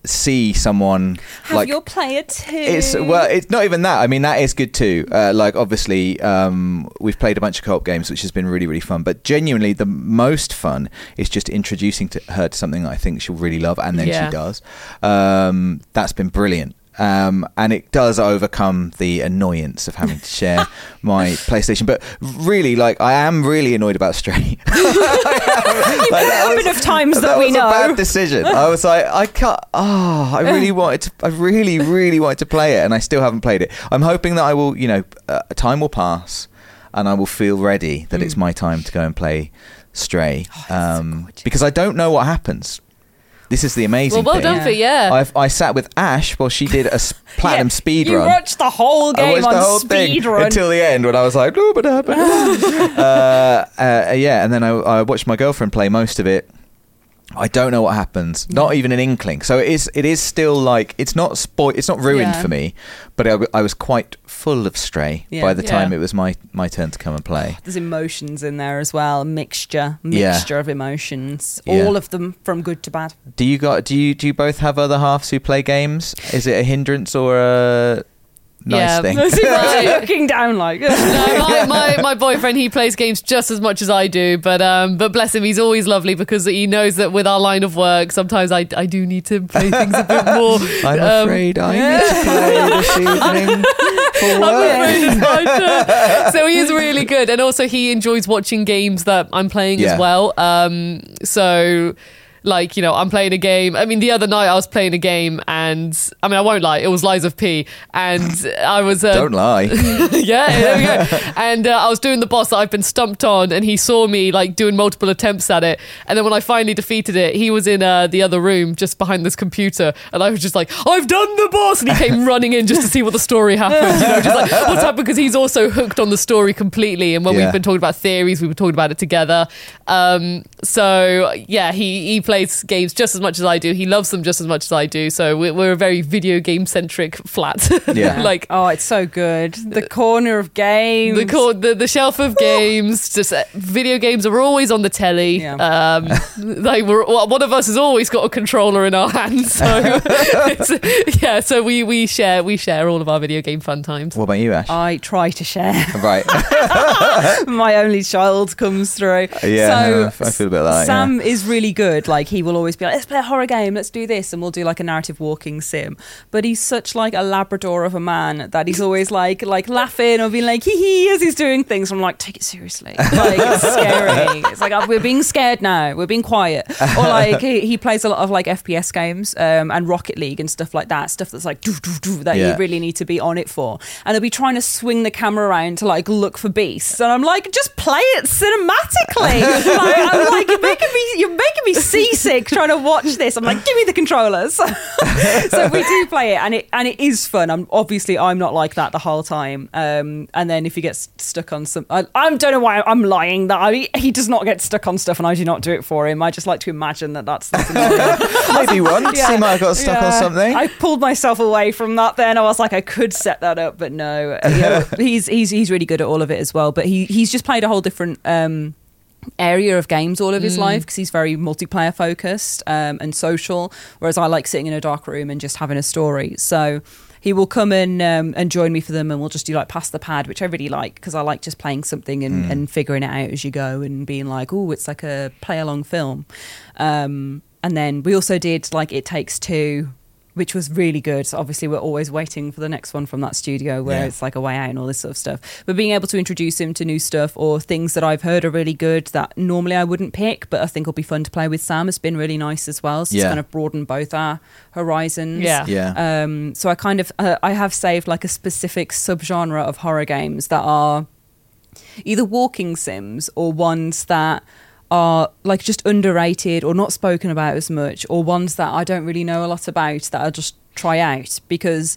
S3: see someone
S1: Have
S3: like
S1: your player too.
S3: it's well, it's not even that. I mean, that is good too. Uh, like, obviously, um, we've played a bunch of co-op games, which has been really, really fun. But genuinely, the most fun is just introducing to her to something that I think she'll really love, and then
S2: Yeah.
S3: she does. Um, that's been brilliant. Um, and it does overcome the annoyance of having to share my PlayStation. But really, like, I am really annoyed about Stray. Like, that
S1: up
S3: was-
S1: enough times that, we
S3: was a bad
S1: know.
S3: decision. I was like, I can't. Oh, I really wanted to. I really, really wanted to play it, and I still haven't played it. I'm hoping that I will. You know, uh, time will pass, and I will feel ready that
S1: Mm.
S3: it's my time to go and play Stray.
S1: Oh,
S3: um, because I don't know what happens. This is the amazing.
S2: Well, well
S3: thing.
S2: done for yeah.
S3: I've, I sat with Ash while she did a s- platinum speed
S1: you
S3: run.
S1: watched the whole
S3: I
S1: game
S3: watched
S1: on
S3: the whole
S1: speed
S3: thing
S1: run.
S3: until the end when I was like, "Oh, but uh, but, uh, uh, yeah." And then I, I watched my girlfriend play most of it. I don't know what happens. Not even an inkling. So it is. It is still like it's not spoil. It's not ruined
S2: Yeah.
S3: for me, but I, I was quite full of stray
S1: Yeah.
S3: by the
S2: Yeah.
S3: time it was my my turn to come and play.
S1: There's emotions in there as well, mixture,
S3: Yeah.
S1: mixture of emotions,
S3: Yeah.
S1: all of them from good to bad.
S3: Do you got? Do you do you both have other halves who play games? Is it a hindrance or a nice
S2: Yeah.
S3: thing?
S2: Nice. Right.
S1: looking down like.
S2: No, my, my, my boyfriend, he plays games just as much as I do, but um, but bless him, he's always lovely because he knows that with our line of work, sometimes I, I do need to play things a bit more.
S3: I'm
S2: um,
S3: afraid I need to play this evening for work.
S2: I'm afraid it's my turn. so he is really good, and also he enjoys watching games that I'm playing
S3: Yeah.
S2: as well. Um, so. Like, you know, I'm playing a game. I mean, the other night I was playing a game and, I mean, I won't lie, it was Lies of P. And I was. Uh,
S3: Don't lie.
S2: yeah, there we go. And uh, I was doing the boss that I've been stumped on, and he saw me like doing multiple attempts at it. And then when I finally defeated it, he was in uh, the other room just behind this computer, and I was just like, "I've done the boss!" And he came running in just to see what the story happened. You know, just like what's happened because he's also hooked on the story completely. And when
S3: Yeah.
S2: we've been talking about theories, we've been talking about it together. Um, so yeah, he he plays games just as much as I do. He loves them just as much as I do. So we're, we're a very video game centric flat.
S3: Yeah.
S2: like
S1: oh, it's so good. The corner of games. Oh.
S2: the, cor- the the shelf of games. Just uh, video games are always on the telly.
S1: Yeah.
S2: Um, like we're, well, one of us has always got a controller in our hand. So it's, yeah, so we we share we share all of our video game fun times.
S3: What about you, Ash?
S1: I try to share.
S3: right.
S1: My only child comes through.
S3: Yeah,
S1: so
S3: I feel a bit like that,
S1: Sam is really good. Like he will always be like, let's play a horror game, let's do this, and we'll do like a narrative walking sim. But he's such like a Labrador of a man that he's always like like laughing or being like hee hee as he's doing things. I'm like, take it seriously. Like it's scary. It's like "Oh, we're being scared now. We're being quiet. Or like he, he plays a lot of like FPS games um, and Rocket League and stuff like that. Stuff that's like doo doo doo that
S3: Yeah.
S1: you really need to be on it for. And he'll be trying to swing the camera around to like look for beasts. And I'm like, just play it cinematically. like, I'm like, you're making me you're making me seasick trying to watch this. I'm like, give me the controllers. so we do play it and it and it is fun. I'm obviously I'm not like that the whole time. Um, and then if he gets stuck on some I, I don't know why I'm lying that I he does not get stuck on stuff and I do not do it for him. I just like to imagine that that's the scenario.
S3: Maybe once he might have got stuck on
S1: Yeah.
S3: something.
S1: I pulled myself away from that. Then I was like, I could set that up, but no. You know, he's he's he's really good at all of it as well. But he he's just played a whole different. Um, area of games all of his life because he's very multiplayer focused um, and social whereas i like sitting in a dark room and just having a story so he will come in um, and join me for them and we'll just do like pass the pad which i really like because i like just playing something and, and figuring it out as you go and being like oh it's like a play along film um, and then we also did like It Takes Two, which was really good. So obviously, we're always waiting for the next one from that studio where
S3: Yeah.
S1: it's like a way out and all this sort of stuff. But being able to introduce him to new stuff or things that I've heard are really good that normally I wouldn't pick, but I think will be fun to play with Sam has been really nice as well. So
S3: Yeah.
S1: it's kind of broadened both our horizons.
S2: Yeah.
S3: yeah.
S1: Um, so I kind of uh, I have saved like a specific subgenre of horror games that are either walking sims or ones that are like just underrated or not spoken about as much or ones that I don't really know a lot about that I'll just try out because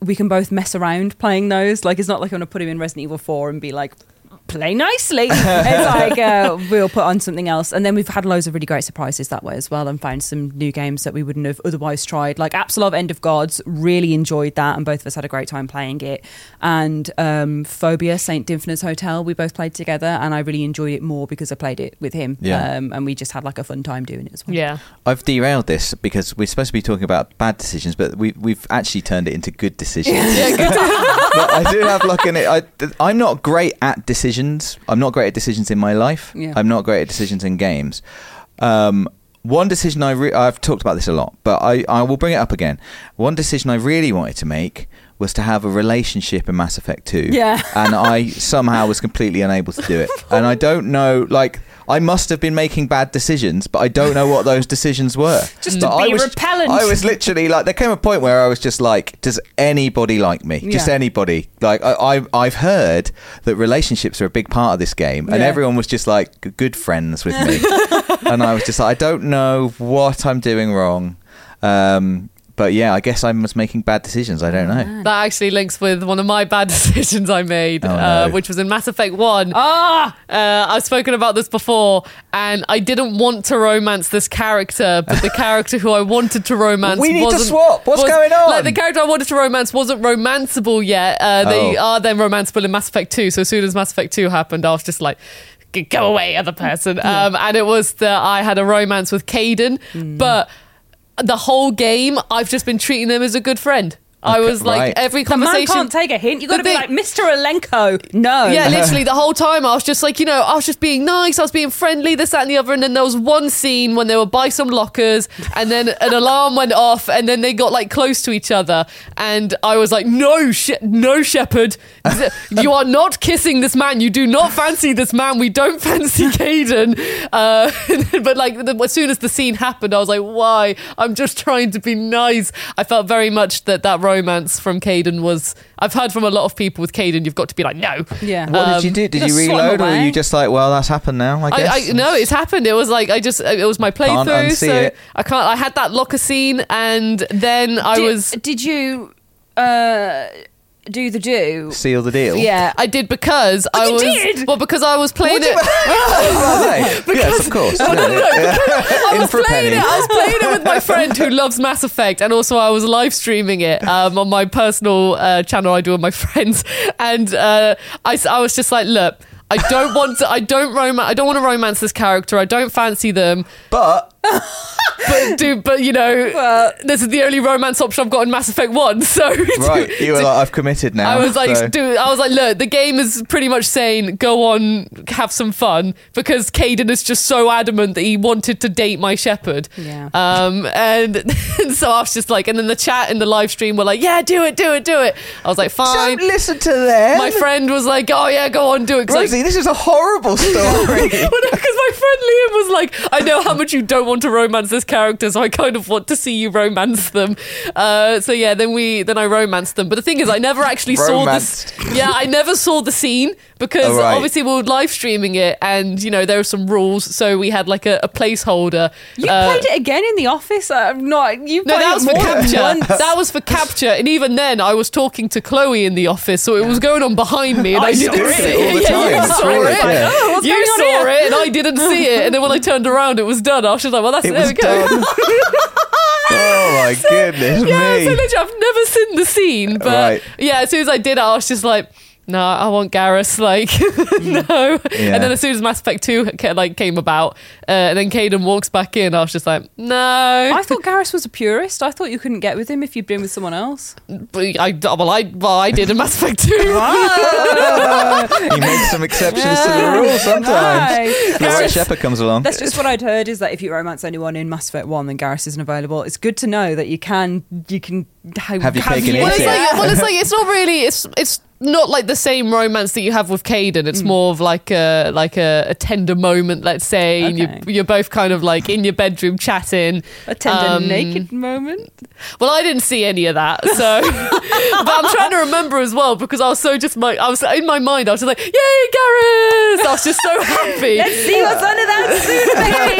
S1: we can both mess around playing those. Like it's not like I'm gonna put him in Resident Evil 4 and be like play nicely. it's like uh, we'll put on something else. And then we've had loads of really great surprises that way as well and found some new games that we wouldn't have otherwise tried. Like Absalov End of Gods, really enjoyed that and both of us had a great time playing it. And um, Phobia, St. Dimphna's Hotel, we both played together and I really enjoyed it more because I played it with him.
S3: Yeah.
S1: Um, and we just had like a fun time doing it as well.
S2: Yeah.
S3: I've derailed this because we're supposed to be talking about bad decisions, but we, we've actually turned it into good decisions. but I do have like an. I, I'm not great at decisions. I'm not great at decisions in my life.
S1: Yeah.
S3: I'm not great at decisions in games. Um, one decision I re- I've talked about this a lot, but I, I will bring it up again. One decision I really wanted to make was to have a relationship in Mass Effect 2.
S1: Yeah.
S3: And I somehow was completely unable to do it. And I don't know, like, I must have been making bad decisions, but I don't know what those decisions were.
S1: Just to
S3: But I
S1: be
S3: was,
S1: repellent.
S3: I was literally like, there came a point where I was just like, does anybody like me? Just
S1: Yeah.
S3: anybody. Like, I, I, I've heard that relationships are a big part of this game, and
S1: Yeah.
S3: everyone was just like, g- good friends with me. and I was just like, I don't know what I'm doing wrong. Um, but yeah, I guess I was making bad decisions. I don't know.
S2: That actually links with one of my bad decisions I made,
S3: Oh,
S2: uh,
S3: no.
S2: which was in Mass Effect 1.
S1: Ah,
S2: Uh, I've spoken about this before, and I didn't want to romance this character, but the character who I wanted to romance
S3: We need to
S2: wasn't,
S3: swap. What's
S2: was-
S3: going on?
S2: Like the character I wanted to romance wasn't romanceable yet. Uh, they
S3: Oh.
S2: are then romanceable in Mass Effect 2. So as soon as Mass Effect 2 happened, I was just like. "G- Go away, other person. Um, and it was that I had a romance with Caden,
S3: Mm.
S2: but the whole game I've just been treating him as a good friend. I
S3: Okay,
S2: was like
S3: right.
S2: every
S1: the man
S2: conversation
S1: can't take a hint. You've got to
S2: The
S1: be
S2: thing-
S1: like, Mr. Elenko. No.
S2: yeah, literally the whole time I was just like, you know, I was just being nice, I was being friendly, this, that, and the other. And then there was one scene when they were by some lockers, and then an alarm went off, and then they got like close to each other. And I was like, no, she- no, Shepherd, th- you are not kissing this man. You do not fancy this man. We don't fancy Caden. Uh, but like, the, as soon as the scene happened, I was like, why? I'm just trying to be nice. I felt very much that that romance from Caden was. I've heard from a lot of people with Caden, you've got to be like, no.
S1: Yeah.
S3: What did you
S2: Um,
S3: do? Did
S1: you
S3: you
S1: just swat 'em
S3: reload, or were
S1: away?
S3: you just like, well, that's happened now? I
S2: I,
S3: guess.
S2: I, no, it's happened. It was like I just it was my
S3: Can't
S2: playthrough,
S3: unsee
S2: so
S3: it.
S2: I can't. I had that locker scene, and then I
S1: did,
S2: was
S1: Did you uh, do the do.
S3: Seal the deal.
S1: Yeah.
S2: I did because I
S1: you
S2: was
S1: did?
S2: well because I was playing it.
S3: Right. yes, of course. Yeah, yeah.
S2: I
S3: In
S2: was
S3: for a
S2: playing
S3: penny.
S2: it. I was playing it with my friend who loves Mass Effect, and also I was live streaming it um, on my personal uh, channel I do with my friends. And uh, I, s- I was just like, look, I don't want to. I don't rom- I don't want to romance this character. I don't fancy them.
S3: But
S2: But do. But you know,
S1: Well-
S2: this is the only romance option I've got in Mass Effect One. So
S3: right, you were like, I've committed now.
S2: I was like,
S3: so-
S2: dude, I was like, look, the game is pretty much saying, go on, have some fun, because Caden is just so adamant that he wanted to date my shepherd.
S1: Yeah.
S2: Um, and, so I was just like, and then the chat in the live stream were like, yeah, do it, do it, do it. I was like, fine.
S3: don't listen to them.
S2: My friend was like, oh yeah, go on, do it. 'Cause, like,
S3: Rosie, this is a horrible story.
S2: because uh, my friend Liam was like, I know how much you don't want to romance this character, so I kind of want to see you romance them. Uh, so yeah, then we then I romanced them. But the thing is, I never actually saw this. Yeah, I never saw the scene because
S3: Oh, right.
S2: obviously we were live streaming it, and you know there were some rules, so we had like a, a placeholder.
S1: You
S2: uh,
S1: played it again in the office. Uh, I'm not. You
S2: no,
S1: played
S2: that
S1: it
S2: was for
S1: more than once.
S2: capture. That was for capture, and even then, I was talking to Chloe in the office, so it was going on behind me, and I,
S1: I
S2: didn't
S1: saw it
S2: see
S1: all the
S2: Yeah,
S1: time.
S2: you
S1: It's
S2: saw
S1: weird,
S2: it.
S1: yeah. Oh, what's
S2: you
S1: going on
S2: saw
S1: here?
S2: it, and I didn't see it. And then when I turned around, it was done. I was just like, "Well, that's it.
S3: It
S2: There
S3: was
S2: we go."
S3: done. oh my goodness
S2: yeah,
S3: me.
S2: so literally, I've never seen the scene, but
S3: Right.
S2: yeah, as soon as I did it, I was just like. No, I want Garrus. Like, no.
S3: Yeah.
S2: And then as soon as Mass Effect Two ca- like came about, uh, and then Caden walks back in, I was just like, no.
S1: I thought Garrus was a purist. I thought you couldn't get with him if you'd been with someone else.
S2: I, I well, I well, I did in Mass Effect Two.
S3: you make some exceptions to the rule sometimes.
S1: Nice.
S3: The right
S1: Garrus-
S3: shepherd comes along.
S1: That's just what I'd heard is that if you romance anyone in Mass Effect One, then Garrus isn't available. It's good to know that you can you can have,
S3: Have your cake and
S2: well,
S3: eat
S2: it's
S3: it.
S2: like well, it's like it's not really it's it's not like the same romance that you have with Caden.
S1: Hmm.
S2: It's more of like a like a, a tender moment, let's say, and
S1: Okay.
S2: you, you're both kind of like in your bedroom chatting.
S1: a tender
S2: Um,
S1: naked moment.
S2: Well, I didn't see any of that, so but I'm trying to remember as well because I was so just my I was in my mind I was just like, yay, Garrus! I was just so happy.
S1: See what's under that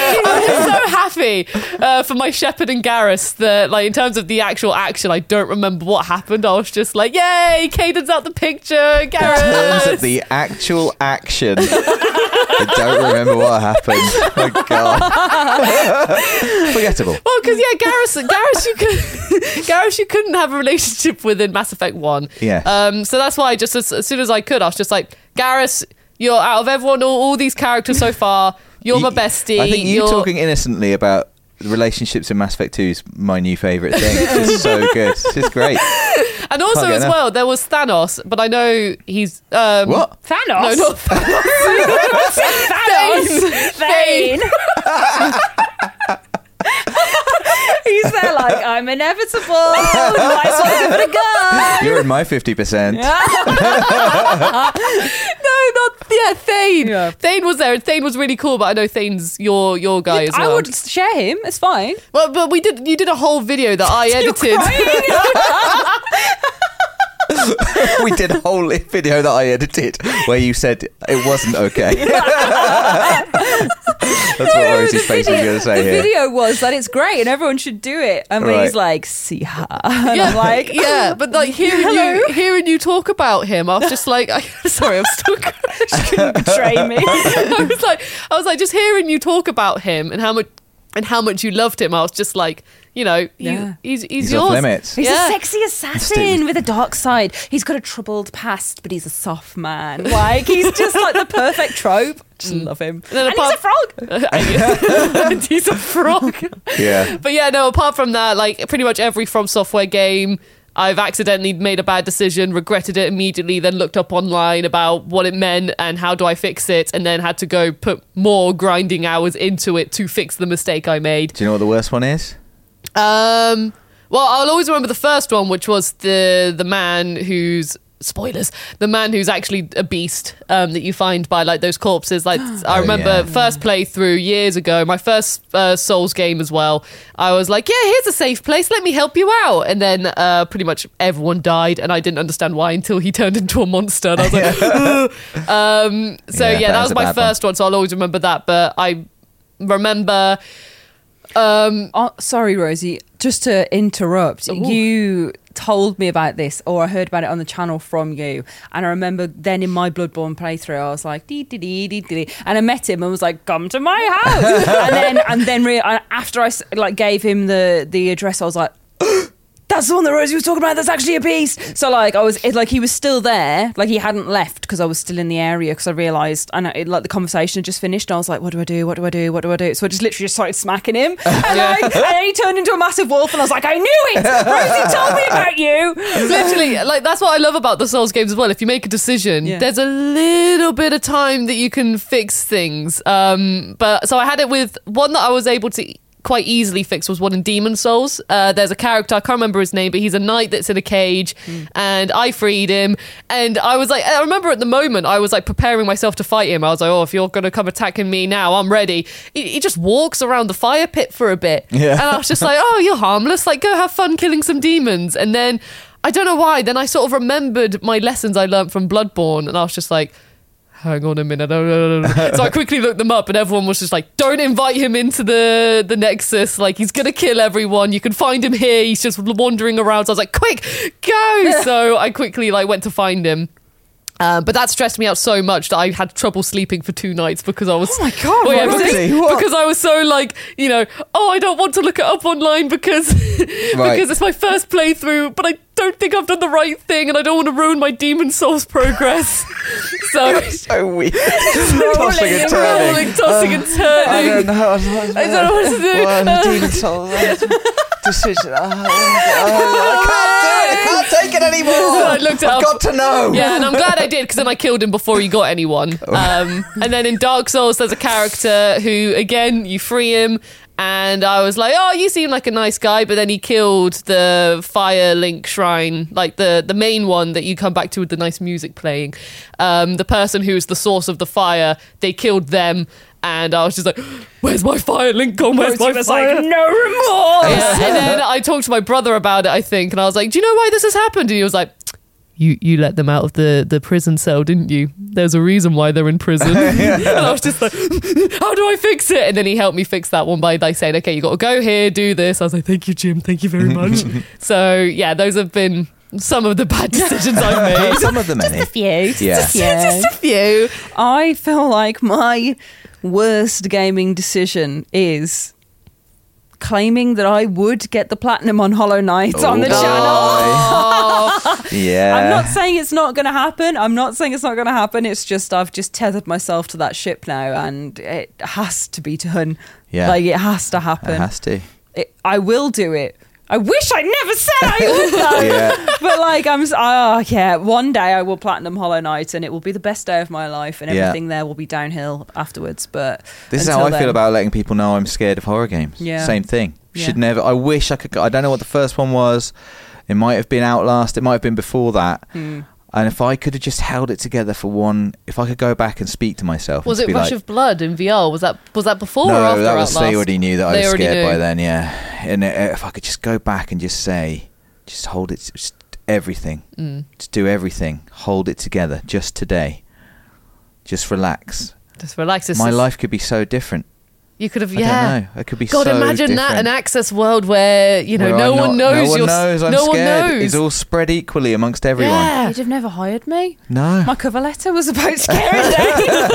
S1: suit,
S2: I'm just so happy uh, for my Shepherd and Garrus that, like, in terms of the actual action, I don't remember what happened. I was just like, yay, Caden's out the picture,
S3: terms of
S2: Garrus.
S3: the actual action. I don't remember what happened. Oh god. Forgettable.
S2: Well, because yeah, Garrus, Garrus, you could, Garrus, you couldn't have a relationship with in Mass Effect One.
S3: Yeah.
S2: Um. So that's why I just as, as soon as I could, I was just like, Garrus, you're out of everyone, all, all these characters so far, you're my
S3: You-
S2: bestie.
S3: I think you
S2: you're-
S3: talking innocently about relationships in Mass Effect 2 is my new favourite thing. It's just so good. It's just great.
S2: and also
S3: Can't get
S2: as
S3: enough.
S2: well, there was Thanos, but I know he's um,
S3: What?
S2: No,
S1: Thanos.
S2: not Thanos.
S1: Thanos.
S2: Thane.
S1: Thane. He's there like I'm inevitable. Might as well give it a go.
S3: You're in my 50%.
S2: No, not yeah, Thane.
S1: Yeah.
S2: Thane was there, and Thane was really cool. But I know Thane's your your guy as well.
S1: I would share him. It's fine.
S2: Well, but we did. You did a whole video that I edited.
S3: we did a whole video that I edited where you said it wasn't okay. That's what Rosie's face was going to
S1: the
S3: say here.
S1: video was that it's great and everyone should do it. And when he's
S3: Right.
S1: like, see her. And I'm like,
S2: yeah. But like hearing you hearing you talk about him, I was just like, I, sorry, I'm still. crying.
S1: couldn't betray me.
S2: I was like, I was like, just hearing you talk about him and how much and how much you loved him. I was just like, you know, you-
S1: Yeah.
S2: he's, he's
S3: He's
S2: yours.
S3: off limits.
S1: He's
S2: Yeah.
S1: a sexy assassin with a dark side. He's got a troubled past, but he's a soft man. Like, he's just like the perfect trope. Just love him.
S2: then
S1: And he's
S2: apart-
S1: a frog.
S2: and he's a frog.
S3: Yeah.
S2: But yeah, no, apart from that, like pretty much every From Software game, I've accidentally made a bad decision, regretted it immediately, then looked up online about what it meant and how do I fix it, and then had to go put more grinding hours into it to fix the mistake I made.
S3: Do you know what the worst one is?
S2: Um, well, I'll always remember the first one, which was the the man who's spoilers the man who's actually a beast um, that you find by like those corpses like i
S3: Oh,
S2: remember
S3: yeah.
S2: first playthrough years ago my first uh, souls game as well i was like yeah here's a safe place let me help you out and then uh, pretty much everyone died and i didn't understand why until he turned into a monster and i was like "Ugh." um, so yeah,
S3: Yeah, that
S2: that
S3: is
S2: was
S3: a
S2: my
S3: bad one.
S2: first one so i'll always remember that but i remember um,
S1: Oh, sorry, Rosie. Just to interrupt, you told me about this or I heard about it on the channel from you. And I remember then in my Bloodborne playthrough, I was like, dee dee dee dee dee. And I met him and was like, come to my house. and then, and then re- and after I s- like gave him the, the address, I was like, that's the one that Rosie was talking about. That's actually a piece. So like I was, it, like he was still there, like he hadn't left because I was still in the area because I realised and I, it, like the conversation had just finished. And I was like, what do I do? What do I do? What do I do? So I just literally just started smacking him, and, like, and then he turned into a massive wolf, and I was like, I knew it. Rosie told me about you.
S2: Literally, like that's what I love about the Souls games as well. If you make a decision,
S1: Yeah.
S2: there's a little bit of time that you can fix things. Um, but so I had it with one that I was able to e- quite easily fix was one in Demon Souls. Uh, there's a character I can't remember his name, but he's a knight that's in a cage, and I freed him. And I was like, I remember at the moment I was like preparing myself to fight him. I was like, oh, if you're gonna come attacking me now, I'm ready. He, he just walks around the fire pit for a bit,
S3: Yeah.
S2: and I was just like, oh, you're harmless. Like, go have fun killing some demons. And then I don't know why. Then I sort of remembered my lessons I learnt from Bloodborne, and I was just like, hang on a minute. no, no, no, no. so I quickly looked them up, and everyone was just like, don't invite him into the the Nexus. Like, he's gonna kill everyone. You can find him here. He's just wandering around. So I was like, quick, go. so I quickly like went to find him. Uh, but that stressed me out so much that I had trouble sleeping for two nights because I was.
S1: Oh my God,
S2: Well, yeah,
S1: what
S3: is
S2: because,
S3: it? What?
S2: because I was so like, you know, oh, I don't want to look it up online because
S3: Right.
S2: because it's my first playthrough, but I don't think I've done the right thing, and I don't want to ruin my Demon Souls progress. so
S3: so weird. Tossing and
S1: and
S3: turning.
S2: rolling, tossing and turning.
S3: I don't know. I don't
S2: I don't know what to do.
S3: Well, Demon Souls. Decision. Oh, I can't do it. I can't take it anymore.
S2: I looked it
S3: I've
S2: up.
S3: got to know.
S2: Yeah, and I'm glad I did because then I killed him before he got anyone. Um, and then in Dark Souls, there's a character who, again, you free him, and I was like, "Oh, you seem like a nice guy," but then he killed the Fire Link Shrine, like the the main one that you come back to with the nice music playing. Um, the person who's the source of the fire, they killed them. And I was just like, "Where's my fire link gone? Where's
S1: Rosie
S2: my
S1: was
S2: fire?"
S1: like, no remorse.
S2: Yeah, and then I talked to my brother about it, I think, and I was like, "Do you know why this has happened?" And he was like, "You you let them out of the the prison cell, didn't you? There's a reason why they're in prison." and I was just like, "How do I fix it?" And then he helped me fix that one by like saying, "Okay, you got to go here, do this." I was like, "Thank you, Jim. Thank you very much." so yeah, those have been some of the bad decisions I've made.
S3: Some of them, many.
S1: few, just
S3: Yeah.
S2: Just a few.
S1: I feel like my worst gaming decision is claiming that I would get the platinum on Hollow Knight on the
S3: Oh,
S1: channel.
S3: boy. yeah.
S1: I'm not saying it's not going to happen. I'm not saying it's not going to happen. It's just I've just tethered myself to that ship now, and it has to be done.
S3: Yeah.
S1: like it has to
S3: It
S1: happen.
S3: has to.
S1: It- I will do it. I wish I never said I would though.
S3: Yeah.
S1: But like I'm, s- oh yeah, one day I will platinum Hollow Knight, and it will be the best day of my life, and
S3: Yeah.
S1: everything there will be downhill afterwards. But
S3: This is
S1: until
S3: how I
S1: then-
S3: feel about letting people know I'm scared of horror games.
S1: Yeah.
S3: Same thing.
S1: Yeah.
S3: Should never. I wish I could. go- I don't know what the first one was. It might have been Outlast. It might have been before that.
S1: Hmm.
S3: And if I could have just held it together for one, if I could go back and speak to myself,
S2: Was
S3: and
S2: it
S3: just be
S2: Rush
S3: like,
S2: of Blood in VR? Was that was that before
S3: no,
S2: or after
S3: that was
S2: Outlast?
S3: they already knew that
S2: They
S3: I was
S2: already
S3: scared by
S2: knew.
S3: then. Yeah, and uh, if I could just go back and just say, just hold it, just everything,
S2: Mm.
S3: just do everything, hold it together, just today, just relax.
S2: Just relax. it's
S3: My
S2: just-
S3: life could be so different.
S2: You could have.
S3: I
S2: Yeah.
S3: don't know. It could be
S2: God,
S3: so
S2: imagine
S3: different.
S2: that an access world where you know
S3: Where
S2: no
S3: I'm
S2: one
S3: not-
S2: knows.
S3: No one
S2: you're,
S3: knows. I'm
S2: no
S3: scared.
S2: one knows.
S3: It's all spread equally amongst everyone.
S2: Yeah.
S1: You'd have never hired me.
S3: No.
S1: My cover letter was about scary days.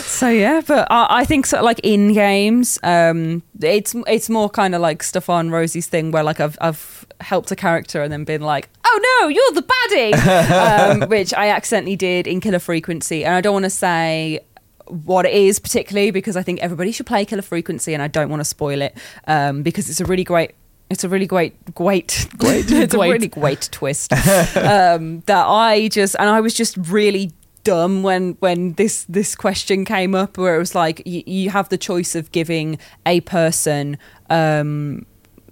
S1: so yeah, but I, I think so, like in games, um, it's it's more kind of like Stefan Rosie's thing where like I've I've helped a character and then been like, oh no, you're the baddie, um, which I accidentally did in Killer Frequency, and I don't want to say what it is particularly because I think everybody should play Killer Frequency, and I don't want to spoil it um, because it's a really great. It's a really great, great, great. it's a
S2: Great.
S1: really great twist um, that I just and I was just really dumb when when this this question came up where it was like you, you have the choice of giving a person um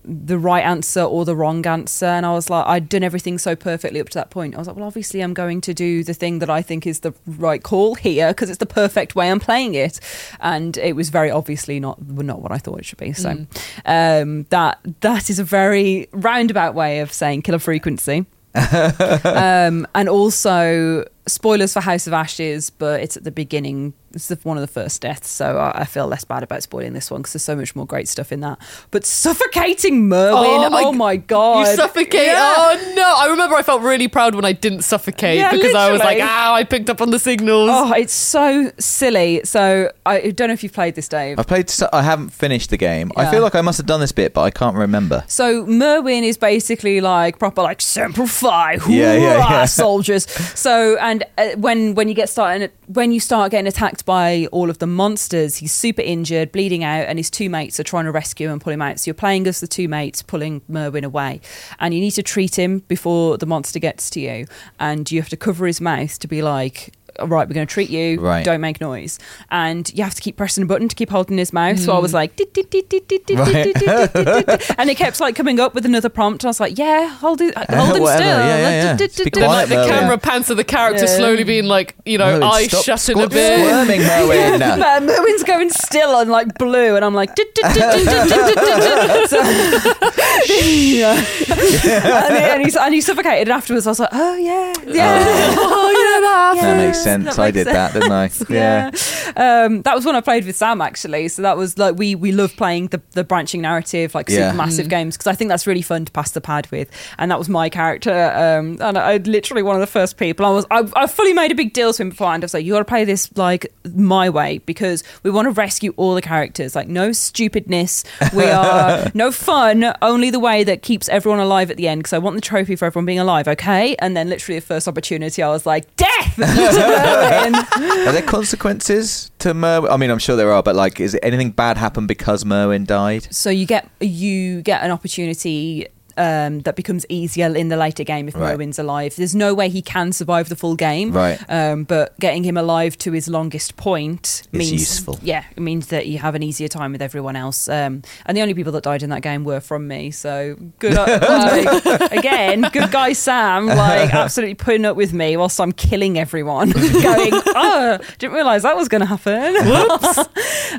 S1: the right answer or the wrong answer and I was like I'd done everything so perfectly up to that point I was like well obviously I'm going to do the thing that I think is the right call here because it's the perfect way I'm playing it and it was very obviously not not what I thought it should be so um that that is a very roundabout way of saying killer frequency um, and also spoilers for House of Ashes, but it's at the beginning This is one of the first deaths, so I, I feel less bad about spoiling this one because there's so much more great stuff in that. But suffocating Merwin, oh my, god,
S2: You suffocate.
S1: Yeah.
S2: Oh no! I remember I felt really proud when I didn't suffocate
S1: Yeah,
S2: because I was like,
S1: literally.
S2: "Ow! I picked up on the signals."
S1: Oh, it's so silly. So I don't know if you've played this, Dave.
S3: I've played. so- I haven't finished the game. I
S1: Yeah.
S3: feel like I must have done this bit, but I can't remember.
S1: So Merwin is basically like proper like simplify, hoorah,
S3: Yeah, yeah, yeah.
S1: soldiers. So and uh, when when you get started when you start getting attacked by all of the monsters, he's super injured, bleeding out, and his two mates are trying to rescue and pull him out. So you're playing as the two mates pulling Merwin away, and you need to treat him before the monster gets to you, and you have to cover his mouth to be like. All right, we're going to treat you.
S3: Right.
S1: Don't make noise, and you have to keep pressing a button to keep holding his mouth. So I was like, "Dit, dit, dit, dit, dit, dit,
S3: Right.
S1: dit, dit, dit, dit, dit, dit." and it kept like coming up with another prompt. I was like, "Yeah, hold it, hold him
S3: whatever.
S1: still."
S3: Yeah, yeah, yeah.
S1: Du- du-
S3: Just
S1: du-
S3: be
S1: du-
S2: Then,
S3: quiet,
S2: like the
S3: Merlin.
S2: camera pans to the character
S1: Yeah.
S2: slowly being like, you know,
S3: Merwin,
S2: eyes
S3: stop
S2: shut in a
S3: squir-
S2: bit.
S3: Squirming, Merwin.
S1: Yeah, but Merwin's going still on like blue, and I'm like, "Du- du- du- du- du- du- du- du." So- Yeah. and, he- and, he's, and he suffocated afterwards. I was like, "Oh yeah, yeah, oh yeah, that,
S3: That makes
S1: happens.
S3: sense.
S1: That
S3: I
S1: makes
S3: did
S1: sense."
S3: that, didn't I?
S1: yeah. Um, that was one I played with Sam actually. So that was like we we love playing the, the branching narrative, like
S3: Yeah.
S1: super massive games, because I think that's really fun to pass the pad with. And that was my character, um, and I, I literally one of the first people. I was I, I fully made a big deal to him beforehand. I was like, you got to play this like my way because we want to rescue all the characters. Like no stupidness. We are no fun. Only the way that keeps everyone alive at the end. Because I want the trophy for everyone being alive. Okay. And then literally the first opportunity, I was like, death. to Merlin.
S3: Are there consequences to Merwin? I mean, I'm sure there are, but like, is it anything bad happened because Merwin died?
S1: So you get you get an opportunity um, that becomes easier in the later game if
S3: Right.
S1: Merwin's alive. There's no way he can survive the full game,
S3: Right.
S1: Um, but getting him alive to his longest point
S3: Is
S1: means
S3: useful.
S1: Yeah, it means that you have an easier time with everyone else. Um, and the only people that died in that game were from me. So good, like, again, good guy Sam, like absolutely putting up with me whilst I'm killing everyone. going, oh, didn't realise that was going to happen.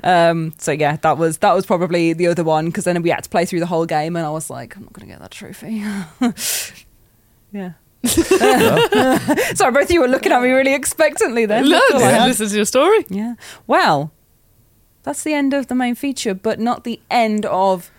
S1: Um, so yeah, that was that was probably the other one because then we had to play through the whole game, and I was like, I'm not going to get that trophy. yeah. Sorry, both of you were looking at me really expectantly then.
S2: Look,
S1: That's all I had.
S2: listen to your story.
S1: Yeah. Well, that's the end of the main feature, but not the end of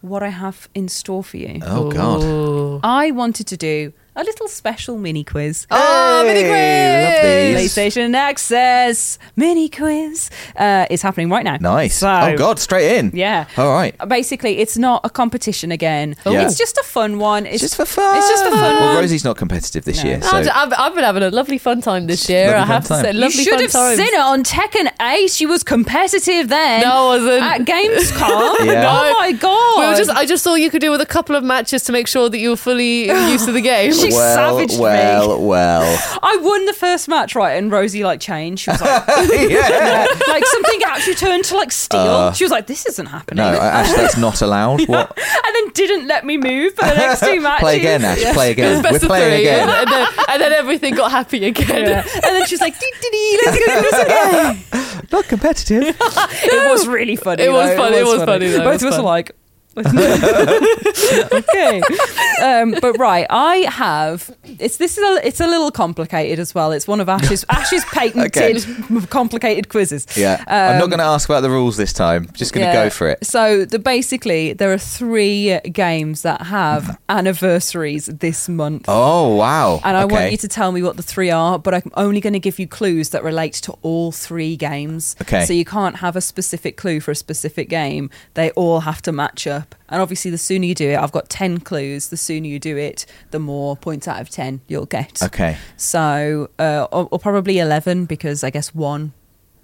S1: what I have in store for you.
S3: Oh God!
S2: Oh,
S1: I wanted to do a little special mini quiz.
S3: Oh,
S2: mini
S3: Hey, love these.
S1: PlayStation Access mini quiz uh, is happening right now.
S3: Nice.
S1: So-
S3: oh God! Straight in.
S1: Yeah.
S3: All right.
S1: Basically, it's not a competition again.
S3: Yeah.
S1: It's just a fun one. It's
S3: It's Oh. just for fun.
S1: It's just for fun.
S3: Well, Rosie's not competitive this
S1: No. Oh,
S3: year, so
S2: I've, I've, I've been having a lovely fun time this year.
S3: Lovely
S2: I have to
S3: fun
S2: say,
S3: time.
S1: you
S2: lovely
S1: should
S2: fun
S1: have
S2: times.
S1: seen her on Tekken 8. She was competitive then.
S2: No, I wasn't.
S1: At Gamescom.
S3: Yeah.
S1: Oh my god.
S2: We were just, I just thought you could do with a couple of matches to make sure that you were fully used to the game.
S1: She
S3: well,
S1: savaged me.
S3: well, well.
S1: I won the first match, right? And Rosie like changed. She was like,
S3: yeah.
S1: yeah. like something actually turned to like steel. she was like, this isn't happening.
S3: Uh. No, I- Ash, that's not allowed. What?
S1: and then didn't let me move for the next two matches.
S3: Play again, Ash.
S1: Yeah.
S3: Play
S2: It was
S3: again.
S2: best
S3: We're
S2: of three,
S3: playing again.
S2: And, then, and then everything got happy again.
S1: Yeah. And then she was like, "Dee, dee, dee, let's go do this again.
S3: Not competitive.
S1: It was really funny.
S2: It was
S1: though.
S2: funny, it was funny, though, it
S1: Both
S2: was
S1: of us
S2: fun.
S1: were like, okay, um, but right, I have. It's this is a, it's a little complicated as well. It's one of Ash's Ash's patented complicated quizzes.
S3: Yeah. I'm not
S1: Um,
S3: going to ask about the rules this time. Just going to
S1: Yeah.
S3: go for it.
S1: So the, basically, there are three games that have anniversaries this month.
S3: Oh wow!
S1: And I
S3: okay.
S1: want you to tell me what the three are, but I'm only going to give you clues that relate to all three games.
S3: Okay.
S1: So you can't have a specific clue for a specific game. They all have to match up. And obviously, the sooner you do it, I've got 10 clues. The sooner you do it, the more points out of 10 you'll get.
S3: Okay.
S1: So, uh, or, or probably 11, because I guess one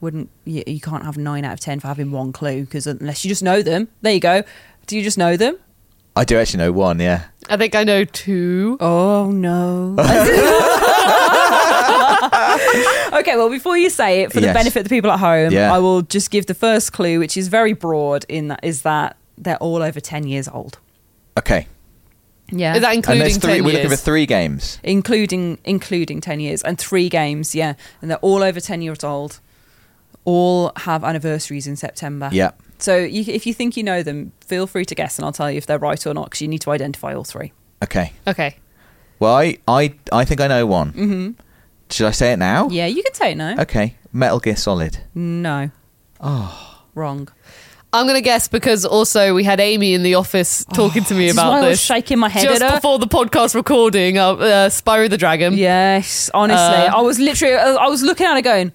S1: wouldn't, you, you can't have nine out of 10 for having one clue, because unless you just know them, there you go. Do you just know them?
S3: I do actually know one. Yeah.
S2: I think I know two.
S1: Oh no. okay, well, before you say it, for the
S3: Yes.
S1: benefit of the people at home,
S3: Yeah.
S1: I will just give the first clue, which is very broad, in that is that they're all over 10 years old.
S3: Okay.
S1: Yeah.
S2: Is that
S3: And
S2: including
S3: there's three.
S2: 10
S3: We're looking for
S2: years?
S3: three games.
S1: including including 10 years and three games, yeah. And they're all over 10 years old. All have anniversaries in September.
S3: Yeah.
S1: So you, if you think you know them, feel free to guess and I'll tell you if they're right or not because you need to identify all three.
S3: Okay.
S2: Okay.
S3: Well, I I I think I know one. Mm-hmm. Should I say it now?
S1: Yeah, you could say it now.
S3: Okay. Metal Gear Solid.
S1: No. Oh. Wrong.
S2: I'm gonna guess because also we had Amy in the office talking to me
S1: Oh, This is
S2: about
S1: why I was
S2: this.
S1: shaking my head
S2: just
S1: at her.
S2: before the podcast recording of uh, Spyro the Dragon.
S1: Yes, honestly,
S2: Uh,
S1: I was literally, I I was looking at it going,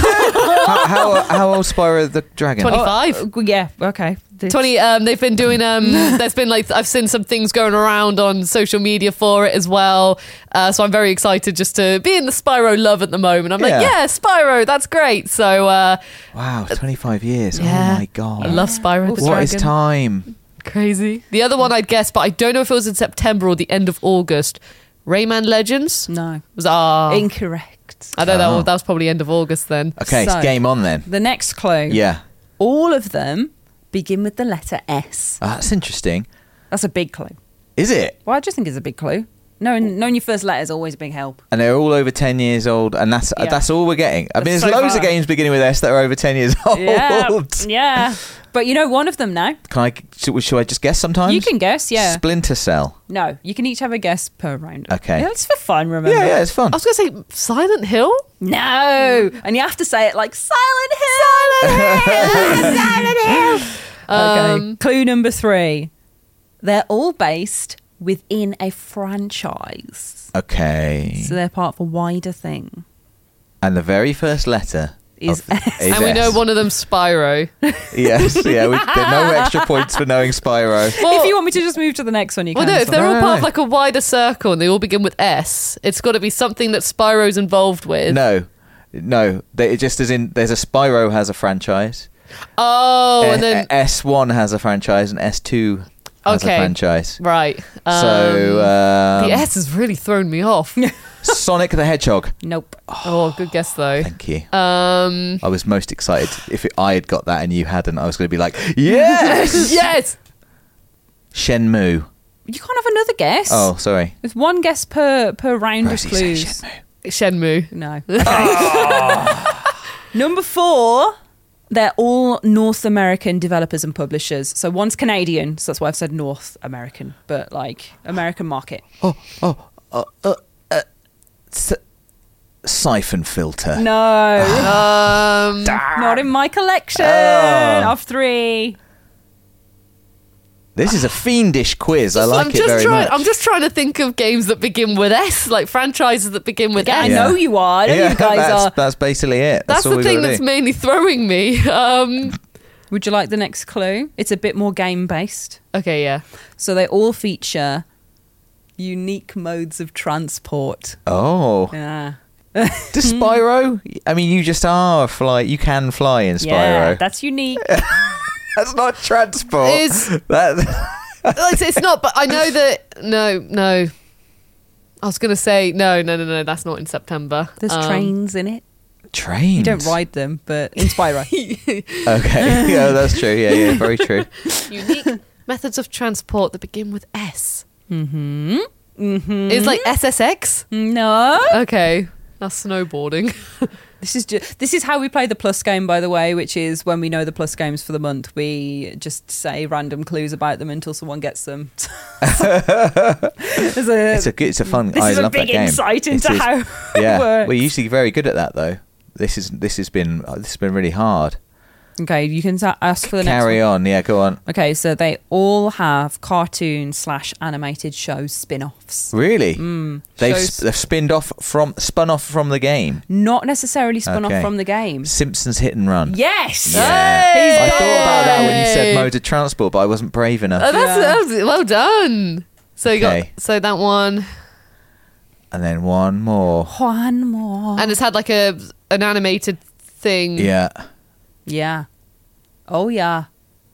S3: how, how, how old Spyro the Dragon?
S2: Twenty
S1: oh,
S2: five.
S1: uh, yeah, okay. This-
S2: 20 um they've been doing um there's been like i've seen some things going around on social media for it as well uh, so i'm very excited just to be in the spyro love at the moment i'm like
S3: Yeah.
S2: yeah spyro that's great so uh
S3: Wow, 25 years.
S2: yeah.
S3: Oh my god.
S2: i love spyro the
S3: What is
S2: Dragon.
S3: time?
S2: crazy the other one i'd guess but i don't know if it was in september or the end of august rayman legends
S1: No.
S2: was ah
S1: Incorrect.
S2: i don't know
S3: Oh.
S2: that was probably end of august then
S3: Okay,
S1: So-
S3: it's game on then.
S1: The next clue.
S3: Yeah.
S1: All of them begin with the letter S.
S3: Ah, that's interesting.
S1: That's a big clue.
S3: Is it?
S1: Well, I just think it's a big clue. Knowing, knowing your first letter is always a big help.
S3: And they're all over 10 years old, and that's
S1: Yeah.
S3: that's all we're getting. I
S1: That's
S3: mean, there's
S1: so
S3: loads of
S1: far.
S3: games beginning with S that are over 10 years old.
S1: Yeah. yeah. But you know one of them now.
S3: Can I, should, should I just guess sometimes?
S1: You can guess, yeah.
S3: Splinter Cell.
S1: No, you can each have a guess per round.
S3: Okay.
S1: Yeah, it's for fun, remember?
S3: Yeah, yeah, it's fun.
S2: i was gonna say silent hill
S1: No, and you have to say it like Silent Hill. Silent Hill. Silent Hill. okay. Clue number three: they're all based within a franchise,
S3: Okay.
S1: so they're part of a wider thing.
S3: And the very first letter
S1: Is
S3: of- is
S2: and we know
S3: S.
S2: one of them spyro
S3: Yes, yeah. We, there are no extra points for knowing Spyro.
S1: if you want me to just move to the next one, you
S2: Well,
S1: can.
S2: no, if
S1: as well.
S2: they're
S3: No,
S2: all
S3: no,
S2: part of
S3: no.
S2: like a wider circle and they all begin with S, it's got to be something that Spyro's involved with.
S3: No, no. They, it just as in there's a Spyro has a franchise.
S2: Oh,
S3: Eh,
S2: and then
S3: S one has a franchise and S two has
S2: Okay.
S3: a franchise.
S2: right. Um,
S3: eh. so um,
S2: the S has really thrown me off.
S3: Sonic the Hedgehog.
S1: nope.
S2: oh, good guess though.
S3: Thank you.
S2: Um,
S3: I was most excited if it, I had got that and you hadn't. I was going to be like, yes,
S2: yes.
S3: Shenmue.
S1: You can't have another guess.
S3: Oh, sorry.
S1: It's one guess per per round
S3: Rosie
S1: of
S3: said
S1: clues.
S3: Shenmue.
S2: Shenmue.
S1: No. Number four, they're all North American developers and publishers. So one's Canadian, so that's why I've said North American, but like American market.
S3: S- siphon filter.
S1: No,
S2: Um,
S1: not in my collection
S3: Oh.
S1: of three.
S3: This is a fiendish quiz. I like
S2: I'm
S3: it
S2: just
S3: very
S2: trying.
S3: much.
S2: I'm just trying to think of games that begin with S, like franchises that begin with
S1: I
S2: S.
S3: Yeah.
S1: know you are. I know you guys
S3: that's,
S1: are.
S3: that's basically it.
S2: That's,
S3: That's, all
S2: the
S3: we
S2: thing
S3: gotta
S2: that's
S3: do.
S2: mainly throwing me. Um,
S1: Would you like the next clue? It's a bit more game based.
S2: okay, yeah.
S1: So they all feature unique modes of transport.
S3: Oh,
S1: Yeah.
S3: to
S1: Hmm.
S3: Spyro. I mean, you just are a fly. You can fly in Spyro.
S1: Yeah, that's unique.
S3: that's not transport.
S2: Is-
S3: That-
S2: Well, it's, it's not, but I know that. No, no. I was going to say, no, no, no, no, that's not in September.
S1: There's
S2: Um,
S1: trains in it.
S3: trains.
S1: You don't ride them, but in Spyro.
S3: Okay. yeah, that's true. Yeah, yeah, very true.
S2: Unique methods of transport that begin with S. Mm hmm. Mm hmm. It's like SSX.
S1: No.
S2: Okay. That's snowboarding.
S1: This is just, this is how we play the plus game, by the way, which is when we know the plus games for the month, we just say random clues about them until someone gets them. There's a-
S3: It's a good. It's a fun.
S1: this
S3: I
S1: is a
S3: love
S1: big
S3: that game.
S1: insight
S3: It
S1: into
S3: is-
S1: how
S3: Yeah,
S1: it works.
S3: we're usually very good at that though. This is this has been uh, this has been really hard.
S1: okay, you can sa- ask for the next
S3: Carry
S1: one.
S3: on. Yeah, go on.
S1: Okay, so they all have cartoon slash animated show spin offs.
S3: Really?
S2: Mm.
S3: They've
S2: Shows-
S3: sp- they've spinned off from spun off from the game.
S1: Not necessarily spun
S3: Okay.
S1: off from the game.
S3: Simpsons Hit and Run.
S1: Yes!
S3: Yeah.
S1: He's
S3: I
S1: got
S3: thought about that when you
S2: Yay.
S3: said mode of transport, but I wasn't brave enough.
S2: Oh, that's, that was- well done. So you
S3: Okay.
S2: got so that one,
S3: and then one more.
S1: One more.
S2: and it's had like a an animated thing.
S3: Yeah.
S1: Yeah. Oh, yeah.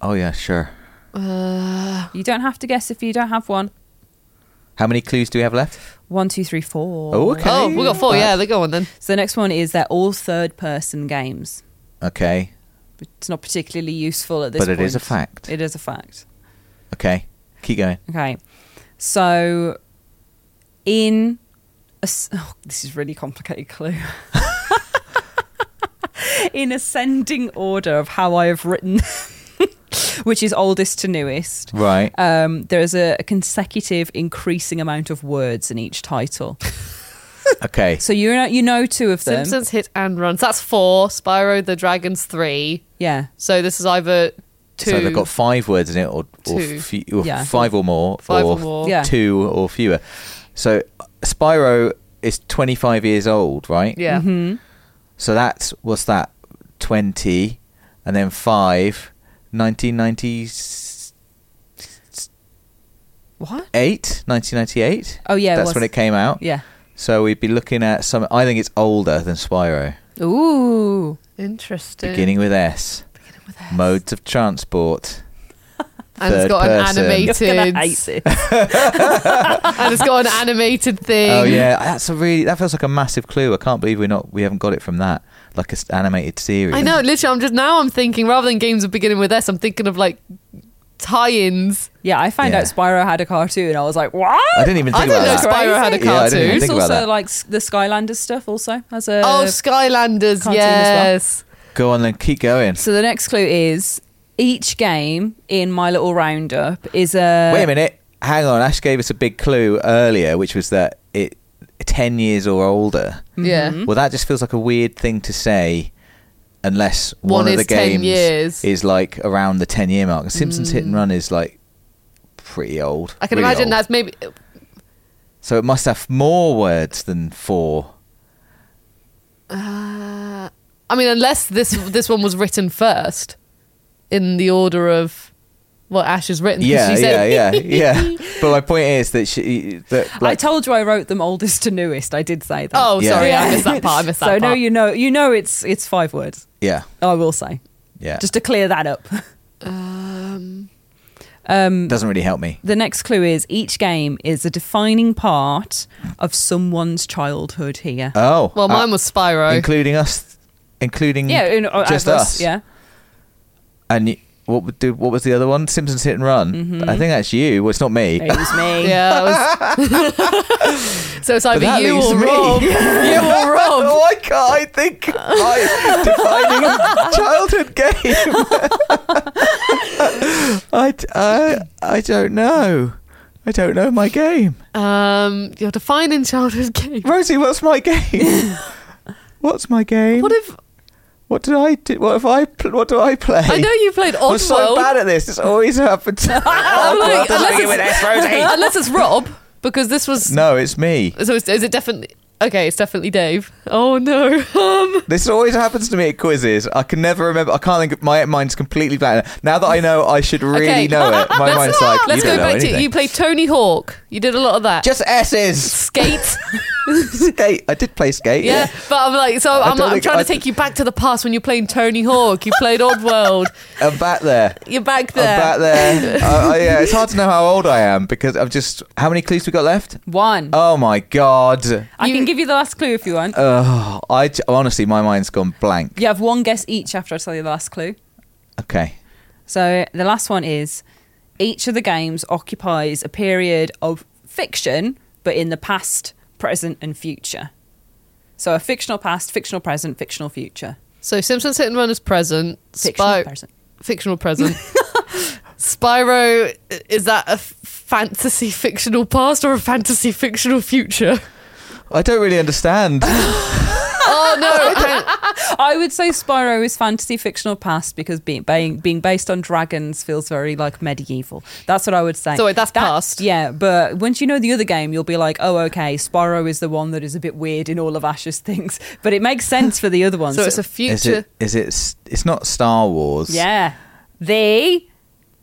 S3: Oh yeah, sure.
S1: You don't have to guess if you don't have one.
S3: How many clues do we have left?
S1: One, two, three, four.
S3: Oh, okay.
S2: Oh, we got four. Yeah, they go on then.
S1: So the next one is they're all third person games.
S3: Okay.
S1: It's not particularly useful at this
S3: But
S1: point.
S3: it is a fact.
S1: It is a fact.
S3: Okay. Keep going.
S1: Okay. So in a s oh, this is really complicated clue. in ascending order of how I have written which is oldest to newest.
S3: Right.
S1: Um, there is a, a consecutive increasing amount of words in each title.
S3: Okay.
S1: So you know, you know two of them.
S2: Simpsons hit and runs. That's four. Spyro the Dragon's three.
S1: Yeah.
S2: So this is either two.
S3: So they've got five words in it, or, or,
S2: Two.
S3: fe- or
S1: Yeah.
S3: five or more,
S2: Five or more.
S1: Yeah.
S3: two or fewer. So Spyro is 25 years old, right?
S2: yeah.
S1: Mm-hmm.
S3: So that's, what's that? 20, and then five, 1998,
S1: What?
S3: 1998?
S1: Oh yeah. it
S3: That's
S1: was.
S3: when it came out.
S1: Yeah.
S3: So we'd be looking at some, I think it's older than Spyro,
S1: Ooh.
S2: Interesting.
S3: beginning with S.
S2: Beginning with S.
S3: Modes of transport.
S2: and it's
S3: third
S2: got an
S3: person.
S1: You're
S2: animated.
S1: gonna hate this.
S2: and it's got an animated thing.
S3: Oh yeah, that's a really that feels like a massive clue. I can't believe we're not we haven't got it from that like an animated series.
S2: I know. Literally, I'm just now. I'm thinking rather than games of beginning with S, I'm thinking of like tie-ins.
S1: Yeah, I found
S3: Yeah.
S1: out Spyro had a cartoon. I was like, what?
S3: I didn't even
S2: I
S3: think
S2: didn't
S3: about
S2: know
S3: that.
S2: Spyro had a
S1: Crazy.
S3: Yeah, I didn't
S2: cartoon.
S3: even
S1: It's
S3: think
S1: also
S3: about that.
S1: like s- the Skylanders stuff. Also as a
S2: oh, Skylanders.
S1: Uh, cartoon as well.
S2: Yes.
S3: Go on then, keep going.
S1: So the next clue is each game in my little roundup is a
S2: Uh,
S3: Wait a minute, hang on. Ash gave us a big clue earlier, which was that it ten years or older.
S2: Yeah.
S1: Mm-hmm.
S3: Well, that just feels like a weird thing to say, unless one,
S2: One
S3: of the
S2: is 10
S3: games
S2: years. Mm.
S3: is like around the ten year mark. Simpsons Hit and Run is like pretty old.
S2: I can
S3: really
S2: imagine
S3: old.
S2: that's maybe.
S3: So it must have more words than four.
S2: Uh, I mean, unless this this one was written first, in the order of what Ash has written. 'cause
S3: Yeah,
S2: she said,
S3: yeah, yeah, yeah. But my point is that she that
S1: I
S3: like,
S1: told you I wrote them oldest to newest. I did say that.
S2: Oh,
S3: Yeah.
S2: sorry,
S1: Yeah.
S2: I missed that part. I missed that
S1: so
S2: part.
S1: no, you know, you know, it's it's five words.
S3: yeah,
S1: I will say
S3: yeah.
S1: just to clear that up.
S2: Um,
S1: Um,
S3: doesn't really help me.
S1: the next clue is each game is a defining part of someone's childhood. Here,
S3: Oh,
S2: well, mine
S3: uh,
S2: was Spyro.
S3: including us, including
S1: yeah, in, uh,
S3: just
S1: of
S3: us.
S1: Yeah,
S3: And you, what would do? What was the other one? Simpsons Hit and Run.
S2: Mm-hmm.
S3: I think that's you. Well, it's not me.
S1: it was me.
S2: yeah. that was- so it's either
S3: that
S2: you
S3: leaves
S2: or
S3: me.
S2: Rob. you or Rob.
S3: Why can't I think? I defining a childhood game. I, d- I, I don't know. I don't know my game.
S2: Um, you're defining childhood game.
S3: Rosie, what's my game? what's my game?
S2: What if
S3: What did I do? What if I? Pl- what do I play?
S2: I know you played Oddworld?
S3: I'm so bad at this. It's always happened.
S2: I'm like,
S3: Doesn't
S2: unless,
S3: begin with
S2: it's,
S3: S, Rosie.
S2: unless it's Rob, because this was.
S3: no, it's me.
S2: So is, is it definitely? Okay, it's definitely Dave. Oh no. Um,
S3: This always happens to me at quizzes. I can never remember. I can't think. of- My mind's completely blank. Now that I know, I should really
S2: Okay.
S3: know it. My
S2: let's
S3: mind's like,
S2: let's
S3: you
S2: go
S3: don't know
S2: back
S3: anything.
S2: to you played Tony Hawk. You did a lot of that.
S3: Just S's.
S2: skate.
S3: skate. I did play skate.
S2: Yeah, but I'm like, so I'm,
S3: don't
S2: I'm
S3: think-
S2: trying
S3: I-
S2: to take you back to the past when you're playing Tony Hawk. You played Oddworld.
S3: I'm back there.
S2: You're back
S3: I'm
S2: there.
S3: back there. I, I, yeah, it's hard to know how old I am because I've just. How many clues we got left?
S1: One.
S3: Oh my god.
S1: I
S2: You-
S1: can give you the last clue if you want.
S3: Oh, I j- honestly, my mind's gone blank.
S1: you have one guess each after I tell you the last clue.
S3: Okay.
S1: So the last one is each of the games occupies a period of fiction, but in the past, present, and future. So a fictional past, fictional present, fictional future.
S2: So Simpsons Hit and Run is present.
S1: Fictional
S2: Spy-
S1: present.
S2: fictional present. Spyro is that a f- fantasy fictional past or a fantasy fictional future?
S3: I don't really understand.
S2: Oh no! hang-
S1: I would say Spyro is fantasy fictional past because being being, being based on dragons feels very like medieval. That's what I would say.
S2: So wait, that's past.
S1: Yeah, but once you know the other game, you'll be like, oh, okay, Spyro is the one that is a bit weird in all of Ash's things, but it makes sense for the other ones.
S2: so it's a
S3: Is
S2: future.
S3: it? Is it? s- It's not Star Wars.
S1: Yeah. The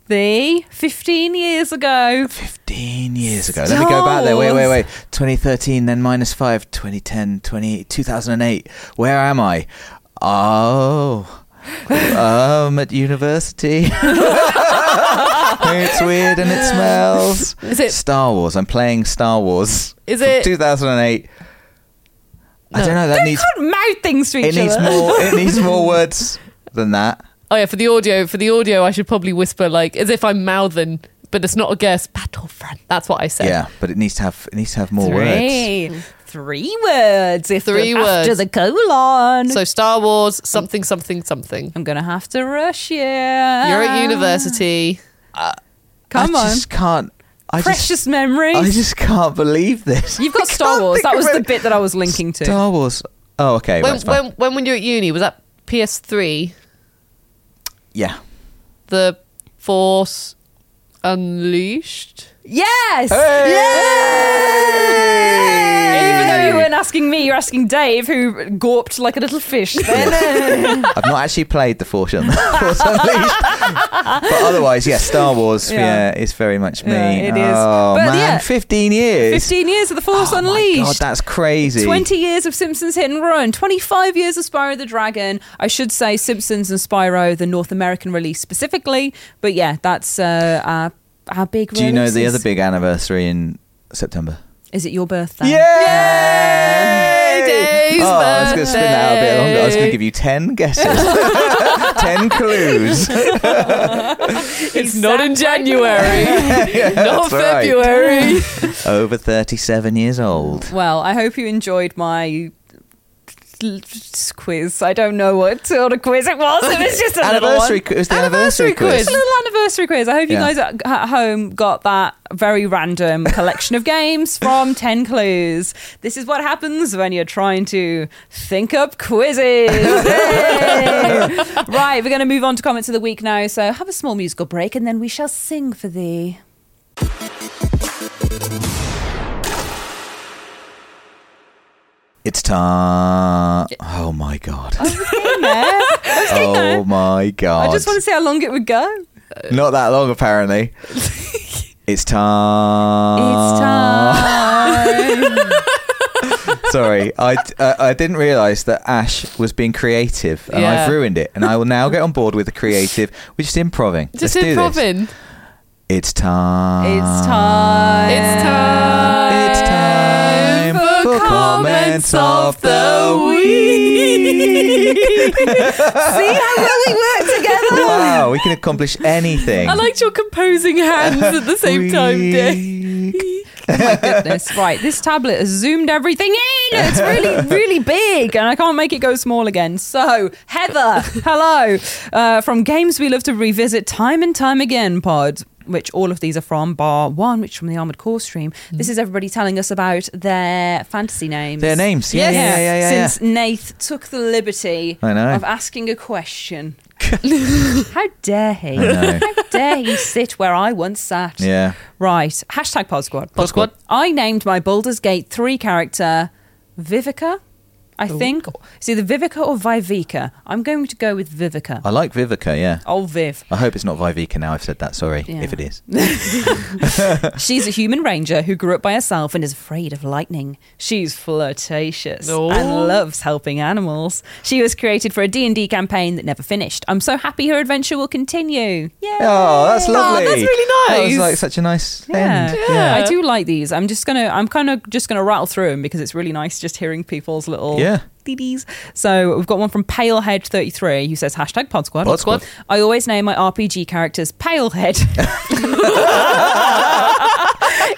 S1: the 15 years ago.
S3: 15 years ago. Let me go back there. Wait, wait, wait. 2013, then minus 5, 2010, 20, 2008. Where am I? Oh. um, at university. it's weird and it smells.
S2: Is it-
S3: Star Wars? I'm playing Star Wars.
S2: Is
S3: from
S2: it-
S3: 2008? I
S2: No.
S3: don't know. That needs
S1: Don't mouth things to each
S3: it needs
S1: other.
S3: more. It needs more words than that.
S2: oh yeah, for the audio, for the audio, I should probably whisper like as if I'm mouthing, but it's not a guess. Battlefront. That's what I said.
S3: Yeah, but it needs to have it needs to have more words.
S1: Three. Three words. If
S2: Three
S1: the- After
S2: words.
S1: the colon.
S2: So Star Wars, something, something, something.
S1: I'm going to have to rush you. Uh,
S2: You're at university.
S1: Come
S3: I
S1: on.
S3: just can't. I
S1: Precious
S3: just,
S1: memories.
S3: I just can't believe this.
S1: You've got
S3: I
S1: Star
S3: can't
S1: Wars.
S3: think
S1: That
S3: of
S1: was the
S3: it.
S1: bit that I was linking to.
S3: Star Wars. Oh, okay.
S2: When,
S3: well, that's fine.
S2: when, when, when you were at uni, was that PS3,
S3: yeah.
S2: The Force Unleashed?
S1: Yes. Even though
S3: Yay!
S1: you weren't asking me, you're asking Dave, who gawped like a little fish. Then
S3: I've not actually played The Force Un- Force Unleashed. but otherwise, yeah, Star Wars yeah.
S1: Yeah.
S3: is very much me.
S1: Yeah, it is.
S3: Oh,
S1: But
S3: man,
S1: yeah.
S3: 15 years.
S1: 15 years of The Force
S3: Oh my
S1: Unleashed.
S3: God, that's crazy.
S1: 20 years of Simpsons Hit and Run, 25 years of Spyro the Dragon. I should say Simpsons and Spyro, the North American release specifically. But yeah, that's uh, our, our big
S3: Do you know the
S1: releases.
S3: other big anniversary in September?
S1: Is it your birthday?
S3: Yay!
S2: Dave's
S3: oh, I was going to spin that out a bit longer. I was
S2: birthday.
S3: going to give you 10 guesses, 10 clues.
S2: It's not in January,
S3: Yeah,
S2: not
S3: that's right.
S2: February.
S3: Over 37 years old.
S1: Well, I hope you enjoyed my l- quiz. I don't know what sort of quiz it was. It was just a little one.
S3: anniversary quiz. It was the anniversary,
S2: Anniversary
S3: quiz.
S1: It's a little anniversary quiz. I hope you
S3: Yeah.
S1: guys at at home got that very random collection of games from 10 Clues. This is what happens when you're trying to think up quizzes. Yay! right, we're going to move on to comments of the week now. So have a small musical break and then we shall sing for thee.
S3: It's time. Oh my god.
S1: Yeah.
S3: Oh my god.
S1: I just want to see how long it would go.
S3: Not that long, apparently. it's time.
S1: it's time.
S3: Sorry, I, uh, I didn't realise that Ash was being creative, and
S2: Yeah.
S3: I've ruined it. And I will now get on board with the creative, which is improving.
S2: Just
S3: Let's do this.
S2: improving.
S3: It's time.
S1: it's time.
S2: It's time.
S3: It's time
S2: for
S3: for comments
S2: comments
S3: of
S2: of the
S3: the week.
S1: See how well we work together.
S3: wow, we can accomplish anything.
S2: I liked your composing hands at the same time, Dave.
S3: Week.
S1: Oh, goodness. Right, this tablet has zoomed everything in. It's really, really big, and I can't make it go small again. So, Heather, hello. Uh, from Games We Love to Revisit Time and Time Again pod. Which all of these are from, bar one, which from the Armored Core stream. This is everybody telling us about their fantasy names.
S3: Mm. Their names, yeah, yeah, yeah, yeah, yeah.
S1: Since Nath took the liberty
S3: I know.
S1: of asking a question. How dare he?
S3: I know.
S1: How dare he sit where I once sat?
S3: Yeah.
S1: Right. Hashtag Pod Squad.
S2: Pod Squad.
S1: I named my Baldur's Gate 3 character Vivica, I think. It's either Vivica or Vivica. I'm going to go with Vivica.
S3: I like Vivica, yeah.
S1: Oh, Viv.
S3: I hope it's not Vivica now I've said that, sorry,
S1: Yeah.
S3: if it is.
S1: She's a human ranger who grew up by herself and is afraid of lightning. She's flirtatious
S2: Oh.
S1: and loves helping animals. She was created for a D&D campaign that never finished. I'm so happy her adventure will continue. Yay!
S3: Oh, that's lovely.
S2: that's really
S3: That was
S2: nice.
S3: like such a nice
S1: Yeah.
S3: end.
S2: Yeah.
S1: I do like these. I'm just gonna, I'm kind of just gonna rattle through them because it's really nice just hearing people's little
S3: Yeah.
S1: DDs. So we've got one from Palehead33 who says hashtag Pod Squad.
S3: Pod Squad.
S1: I always name my RPG characters Palehead.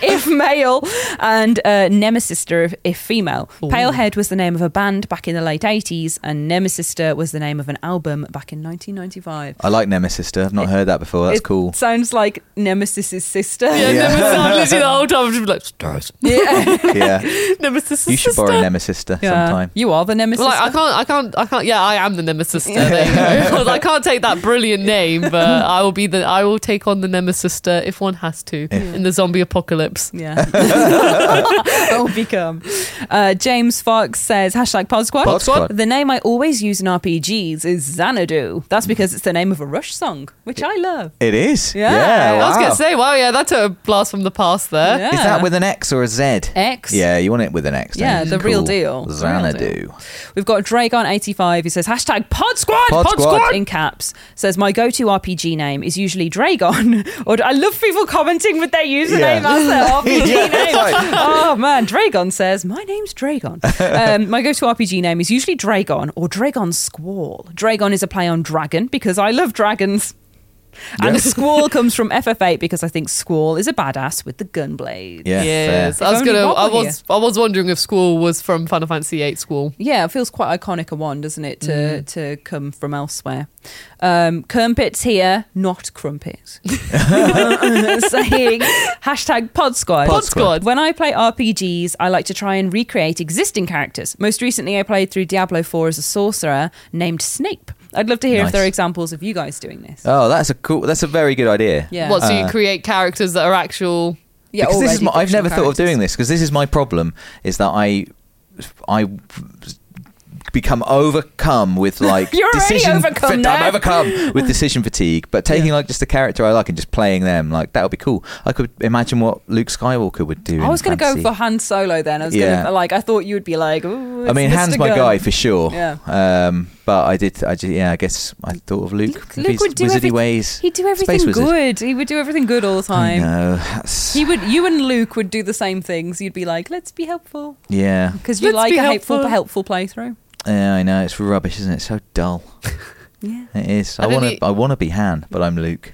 S1: if male and uh, Nemesister if, if female. Palehead was the name of a band back in the late 80s and Nemesister was the name of an album back in 1995.
S3: I like Nemesis. I've not heard that before. Oh, That's
S1: It
S3: cool.
S1: Sounds like Nemesis's sister.
S2: Yeah,
S3: Yeah.
S2: Nemesis. Literally the whole time, I'm just like, stars.
S3: Yeah.
S2: Nemesis.
S3: You should borrow Nemesis sometime.
S1: You are the Nemesis.
S2: Well, like, I can't, I can't, I can't. Yeah, I am the nemesis. There you go. Well, I can't take that brilliant name, but I will be the. I will take on the nemesis if one has to in the zombie apocalypse.
S1: Yeah. I'll become. Uh, James Fox says hashtag Pod Squad.
S3: Pod Squad.
S1: The name I always use in RPGs is Xanadu. That's because it's the name of a Rush song, which I love.
S3: It is.
S1: Yeah,
S3: wow.
S2: I was gonna say, wow, yeah, that's a blast from the past there.
S1: Yeah.
S3: Is that with an X or a Z?
S1: X.
S3: Yeah, you want it with an X. don't
S1: Yeah,
S3: you?
S1: the real deal. The real
S3: Xanadu.
S1: deal. We've got Dragon85 who says hashtag Pod Squad.
S3: Pod Squad.
S1: in caps. Says my go to RPG name is usually Dragon. or I love people commenting with their username
S3: Yeah.
S1: as their RPG
S3: Yeah,
S1: name.
S3: that's right.
S1: oh man, Dragon says, My name's Dragon. Um, my go to RPG name is usually Dragon or Dragon Squall. Dragon is a play on dragon because I love dragons. And the squall comes from FF8 because I think Squall is a badass with the gun blades.
S3: Yeah,
S2: Yes,
S3: fair.
S2: I was
S1: If only
S2: gonna.
S1: Bob
S2: I
S1: were
S2: was. I was wondering if Squall was from Final Fantasy VIII Squall.
S1: Yeah, it feels quite iconic a one, doesn't it, to
S3: Mm.
S1: to come from elsewhere. Um, Crumpets here, not crumpets. Saying hashtag Pod Squad.
S3: Pod
S2: Squad.
S1: When I play RPGs, I like to try and recreate existing characters. Most recently, I played through Diablo 4 as a sorcerer named Snape. I'd love to hear
S3: Nice.
S1: if there are examples of you guys doing this.
S3: Oh, that's a cool. That's a very good idea.
S1: Yeah.
S2: What? So
S3: Uh.
S2: you create characters that are actual.
S1: yeah,
S3: because this is
S1: already
S3: my, I've
S1: fictional
S3: never thought of
S1: characters.
S3: doing this because this is my problem is that I I become overcome with like
S1: You're already
S3: decision
S1: overcome
S3: fit-
S1: now.
S3: I'm overcome with decision fatigue but taking like just a character I like and just playing them like that would be cool I could imagine what Luke Skywalker would do
S1: I
S3: in
S1: was going to go
S3: fantasy.
S1: for Han Solo then. I was
S3: Yeah.
S1: going to like. I thought you would be like. Ooh,
S3: I
S1: it's
S3: mean
S1: Mr.
S3: Han's my
S1: Gun."
S3: guy for sure
S1: Yeah.
S3: um, but I did I ju- yeah I guess I thought of Luke,
S1: Luke-
S3: in
S1: Luke
S3: his
S1: would do
S3: wizardy
S1: everything-
S3: ways
S1: He'd do
S3: Space
S1: everything
S3: wizard.
S1: good. He would do everything good all the
S3: I
S1: time.
S3: know, that's-
S1: He would. You and Luke would do the same things. You'd be like, "Let's be helpful,"
S3: yeah
S1: because you
S2: Let's
S1: like
S2: be
S1: a helpful, helpful
S2: helpful.
S1: playthrough.
S3: yeah I know it's rubbish isn't it so dull
S1: Yeah.
S3: It is. I,
S2: I don't e-
S3: want to.
S2: think-
S3: I want to be Han, but I'm Luke.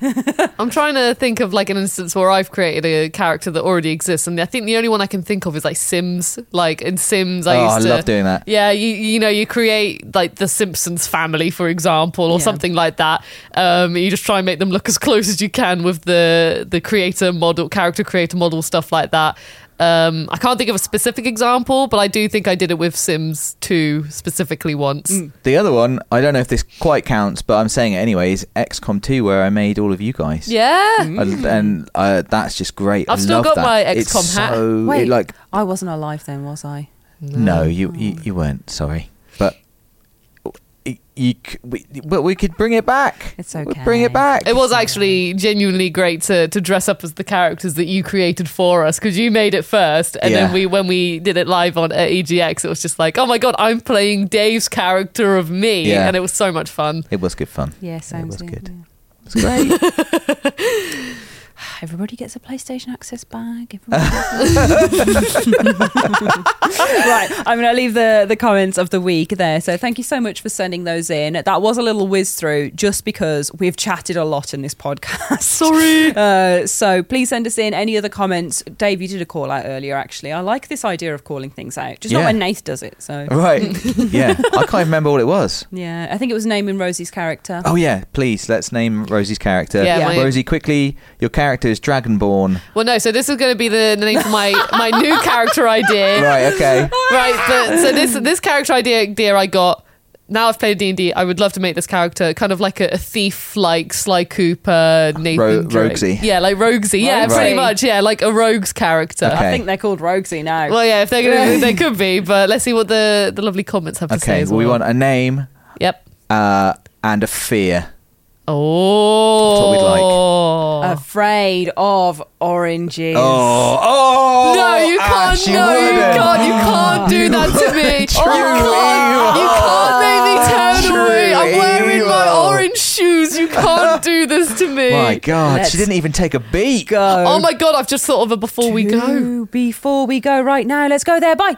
S2: I'm trying to think of like an instance where I've created a character that already exists, and I think the only one I can think of is like Sims. Like in Sims, I
S3: oh,
S2: used
S3: I
S2: to.
S3: love doing that.
S2: Yeah, you you know you create like the Simpsons family, for example, or
S1: Yeah.
S2: something like that. Um, you just try and make them look as close as you can with the the creator model, character creator model stuff like that. Um, I can't think of a specific example, but I do think I did it with Sims 2 specifically once.
S3: The other one, I don't know if this quite counts, but I'm saying it anyway. Is XCOM 2, where I made all of you guys.
S2: Yeah,
S3: I, and uh, that's just great.
S2: I've
S3: I
S2: still
S3: love
S2: got
S3: that.
S2: my
S3: It's
S2: XCOM hat.
S3: So, it
S1: Wait.
S3: like
S1: I wasn't alive then, was I?
S3: no, you, you you weren't. Sorry, but y- you. c- We, but we could bring it back.
S1: It's
S3: We'll bring it
S1: okay.
S3: back.
S2: it was actually genuinely great to, to dress up as the characters that you created for us because you made it first, and
S3: Yeah.
S2: then we when we did it live on uh, at EGX, it was just like, oh my god, I'm playing Dave's character of me,
S3: Yeah.
S2: and it was so much fun.
S3: It was good fun.
S1: Yeah,
S3: it
S1: sounds
S3: was good.
S1: It's great. Everybody gets a PlayStation access bag. Everybody gets a- right, I'm going to leave the, the comments of the week there. So thank you so much for sending those in. That was a little whiz through just because we've chatted a lot in this podcast.
S2: Sorry.
S1: Uh, so please send us in any other comments. Dave, you did a call out earlier, actually. I like this idea of calling things out, just
S3: Yeah. Oh.
S1: not when Nath does it. So
S3: Right. yeah. I can't remember what it was.
S1: yeah, I think it was naming Rosie's character.
S3: Oh yeah, please let's name Rosie's character.
S2: Yeah, Yeah. my-
S3: Rosie, quickly, your character is Dragonborn.
S2: Well, no, so this is going to be the, the name for my my new character idea.
S3: Right, okay.
S2: right but so this this character idea dear i got now i've played d&d i would love to make this character kind of like a, a thief like sly cooper nathan
S3: Ro-
S2: Drake.
S3: roguesy.
S2: yeah like roguesy yeah
S1: Roguesy.
S2: pretty much yeah like a rogues character
S3: Okay.
S1: I think they're called Roguesy now.
S2: well yeah if they're gonna they could be but let's see what the the lovely comments have to say
S3: Okay,
S2: as
S3: well,
S2: well
S3: we want a name
S2: yep
S3: uh, and a fear.
S2: oh
S3: what we'd like.
S1: Oh. Afraid of oranges.
S3: oh,
S2: no, you can't.
S3: Ash,
S2: no, you
S3: wouldn't.
S2: can't. You can't do that to me.
S3: True
S2: you can't. You can't make me turn
S3: True
S2: away. I'm wearing my
S3: evil.
S2: orange shoes. You can't do this to me.
S3: My God,
S1: Let's
S3: she didn't even take a beat.
S1: Go.
S2: Oh my god, I've just thought of it before we go.
S1: Two Before we go right now, let's go there. Bye.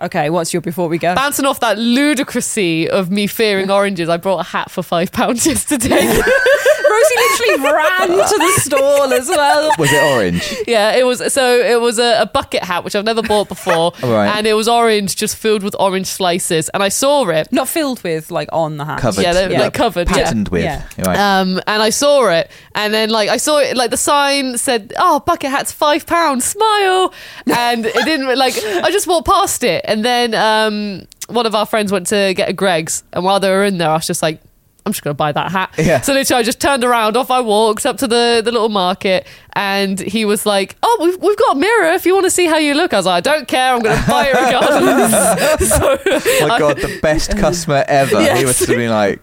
S1: Okay, what's your before we go?
S2: Bouncing off that ludicrousy of me fearing oranges, I brought a hat for five pounds yesterday.
S1: Rosie literally ran to the stall as well.
S3: Was it orange?
S2: yeah, it was so it was a, a bucket hat which I've never bought before,
S3: Right.
S2: and it was orange, just filled with orange slices. And I saw it,
S1: Not filled with, like, on the hat.
S3: Covered.
S2: Yeah, they're, like, covered, yeah.
S3: Patterned with.
S1: Yeah.
S3: Right.
S2: um, and I saw it, and then like I saw it, like the sign said, "Oh, bucket hats, five pounds, smile," and it didn't like I just walked past it, and then um, one of our friends went to get a Greg's, and while they were in there, I was just like. I'm just gonna buy that hat.
S3: Yeah.
S2: So literally, I just turned around, off I walked up to the, the little market, and he was like, "Oh, we've, we've got a mirror. If you want to see how you look," I was like, "I don't care. I'm gonna buy it regardless." so,
S3: oh my God, the best customer ever. He
S2: Yes.
S3: was to be like,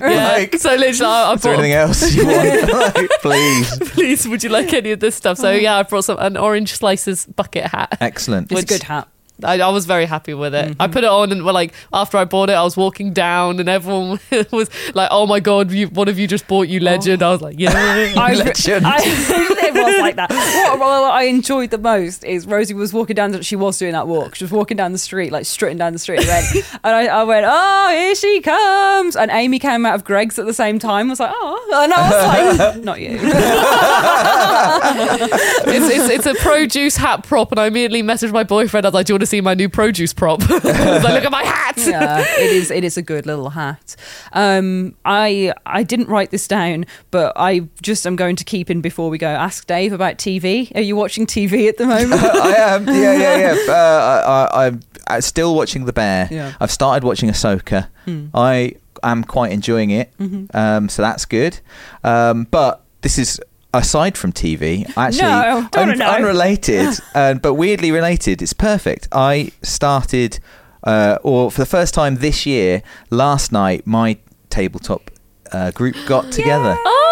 S2: yeah.
S3: Like, is
S2: so literally, I, I
S3: there
S2: bought a
S3: anything else you want? like, please.
S2: please would you like any of this stuff
S3: Oh.
S2: so yeah i brought some an orange slices bucket hat
S3: Excellent.
S1: It's a
S2: Which-
S1: good hat.
S2: I, I was very happy with it
S3: Mm-hmm.
S2: i put it on and well, like after i bought it i was walking down and everyone
S3: Oh.
S2: was like oh my god you, one of you just bought you legend i was like yeah
S1: I,
S3: Legend.
S1: I, was like that. What, what I enjoyed the most is Rosie was walking down. The, she was doing that walk. She was walking down the street, like strutting down the street. And, then- and I, I went, "Oh, here she comes!" And Amy came out of Greg's at the same time. I was like, "Oh," and I was like, "Not you."
S2: it's, it's, it's a produce hat prop, and I immediately messaged my boyfriend. I was like, "Do you want to see my new produce prop?" I was like, "Look at my hat."
S1: yeah, it is. It is a good little hat. Um, I I didn't write this down, but I just am going to keep in before we go. Ask Dave about TV. Are you watching TV at the moment?
S3: I am. Yeah, yeah, yeah. Uh, I, I, I'm uh, still watching The Bear.
S1: Yeah. Hmm.
S3: I've started watching Ahsoka. I am quite enjoying it.
S1: Mm-hmm.
S3: Um, so that's good. Um, but this is aside from TV, actually
S1: No, don't wanna know.
S3: unrelated, uh, but weirdly related. It's perfect. I started, uh, or for the first time this year, last night, my tabletop uh, group got together.
S1: Oh,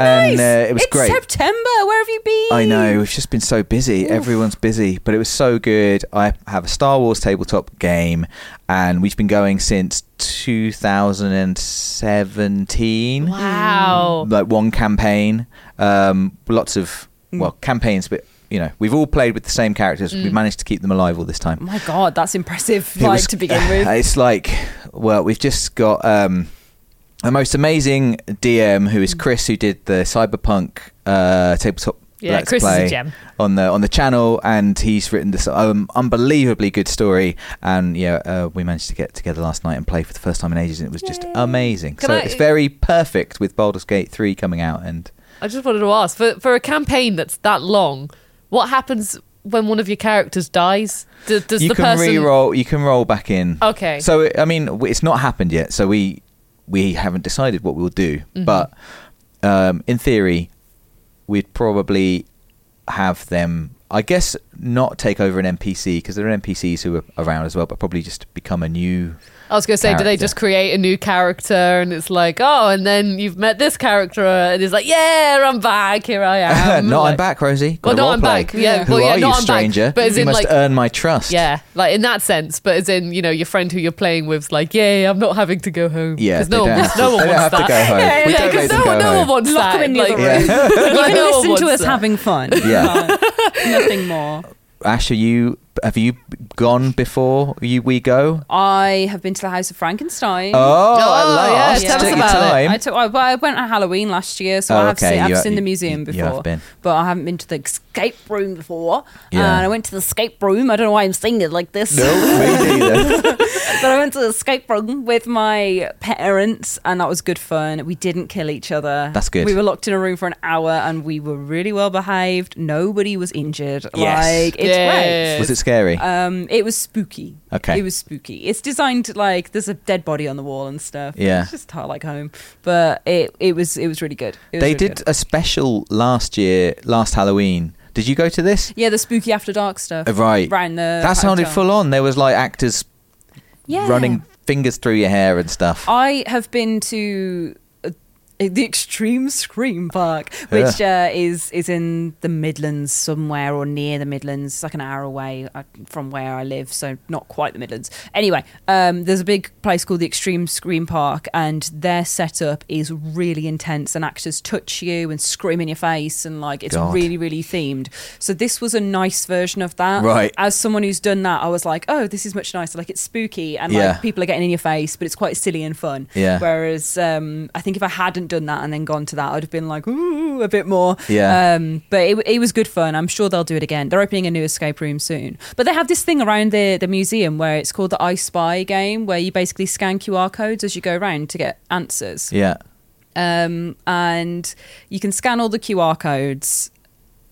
S3: And,
S1: nice.
S3: uh, it was
S1: it's
S3: great.
S1: September. Where have you been?
S3: I know. We've just been so busy. Everyone's busy, but it was so good. I have a Star Wars tabletop game, and we've been going since 2017.
S2: Wow.
S3: Like one campaign, um, lots of well campaigns, but you know we've all played with the same characters. We've managed to keep them alive all this time.
S1: My God, that's impressive.
S3: It
S1: Like
S3: was-
S1: to begin with.
S3: It's like, well, we've just got um, the most amazing DM who
S2: Mm.
S3: is Chris, who did the Cyberpunk uh, tabletop.
S2: Yeah,
S3: Let's
S2: Chris is a
S3: play
S2: gem.
S3: on the on the channel, and he's written this um, unbelievably good story. And yeah, uh, we managed to get together last night and play for the first time in ages, and it was just amazing.
S2: Can
S3: so
S2: I-
S3: it's very perfect with Baldur's Gate three coming out, and
S2: I just wanted to ask for for a campaign that's that long, what happens when one of your characters dies? D- does
S3: you
S2: the
S3: can
S2: person
S3: re-roll. You can roll back in.
S2: Okay.
S3: So I mean, w- it's not happened yet. So we we haven't decided what we'll do.
S2: Mm-hmm.
S3: But um, in theory, we'd probably have them. I guess not take over an NPC because there are NPCs who are around as well, but probably just become a new.
S2: I was going to say, do they
S3: character.
S2: just create a new character and it's like, oh, and then you've met this character and it's like, yeah, I'm back, here I am.
S3: not
S2: Um, like,
S3: I'm back, Rosie. Got
S2: Well,
S3: a
S2: no,
S3: role
S2: I'm
S3: play.
S2: back. Yeah,
S3: Who
S2: well, yeah, no,
S3: are you,
S2: I'm back.
S3: stranger?
S2: But as
S3: you
S2: in,
S3: must
S2: like-
S3: earn my trust.
S2: Yeah, like in that sense, but as in, you know, your friend who you're playing with's like, yeah, I'm not having to go home.
S3: Yeah.
S2: 'Cause
S3: They
S2: no,
S3: don't
S2: one,
S3: have to,
S2: no one
S3: they don't
S2: wants
S3: have to
S2: that.
S3: go home.
S1: Yeah,
S3: we
S1: yeah,
S3: don't
S2: because
S3: make them
S2: no,
S3: go
S2: one, no
S3: home.
S2: one wants
S1: Lock
S2: that.
S1: 'em in the
S2: like,
S1: other room.
S2: like,
S1: Even
S2: no one
S1: listen to
S2: wants
S1: us
S2: that.
S1: having fun.
S3: Yeah.
S1: Like, nothing more.
S3: Ash, are you? Have you gone before you we go?
S1: I have been to the House of Frankenstein.
S3: Oh,
S2: Oh,
S3: I
S2: yeah,
S3: last.
S2: tell us
S3: Take your
S2: about it.
S3: time.
S1: I, took, I, well, I went on Halloween last year, so
S3: Oh,
S1: I have
S3: okay,
S1: seen, I've
S3: you-
S1: seen the
S3: you-
S1: museum
S3: you
S1: before.
S3: have been.
S1: But I haven't been to the escape room before.
S3: Yeah.
S1: And I went to the escape room. I don't know why I'm singing like this.
S3: no, me neither.
S1: but I went to the escape room with my parents, and that was good fun. We didn't kill each other.
S3: That's good.
S1: We were locked in a room for an hour, and we were really well behaved. Nobody was injured.
S3: Yes.
S1: Like it's
S2: Yeah.
S1: great.
S3: Was it scary?
S1: Um, it was spooky.
S3: Okay.
S1: It was spooky. It's designed to, like there's a dead body on the wall and stuff.
S3: Yeah.
S1: It's just hard, like home, but it it was it was really good. It was
S3: they
S1: really
S3: did
S1: good.
S3: a special last year, last Halloween. Did you go to this?
S1: Yeah, the spooky after dark stuff.
S3: Uh, Right.
S1: Around the
S3: that sounded
S1: hotel.
S3: full on. There was like actors
S1: Yeah. Oh.
S3: running fingers through your hair and stuff.
S1: I have been to uh, the Extreme Scream Park, which uh, is is in the Midlands somewhere or near the Midlands, It's like an hour away uh, from where I live, so not quite the Midlands. Anyway, um, there's a big place called the Extreme Scream Park, and their setup is really intense, and actors touch you and scream in your face, and like it's
S3: God.
S1: really really themed. So this was a nice version of that.
S3: Right.
S1: As someone who's done that, I was like, oh, this is much nicer. Like it's spooky and
S3: Yeah.
S1: like people are getting in your face, but it's quite silly and fun.
S3: Yeah.
S1: Whereas um, I think if I hadn't done that and then gone to that, I'd have been like, ooh, a bit more.
S3: Yeah.
S1: Um, but it, it was good fun. I'm sure they'll do it again. They're opening a new escape room soon. But they have this thing around the, the museum where it's called the I Spy game, where you basically scan QR codes as you go around to get answers.
S3: yeah.
S1: Um, and you can scan all the QR codes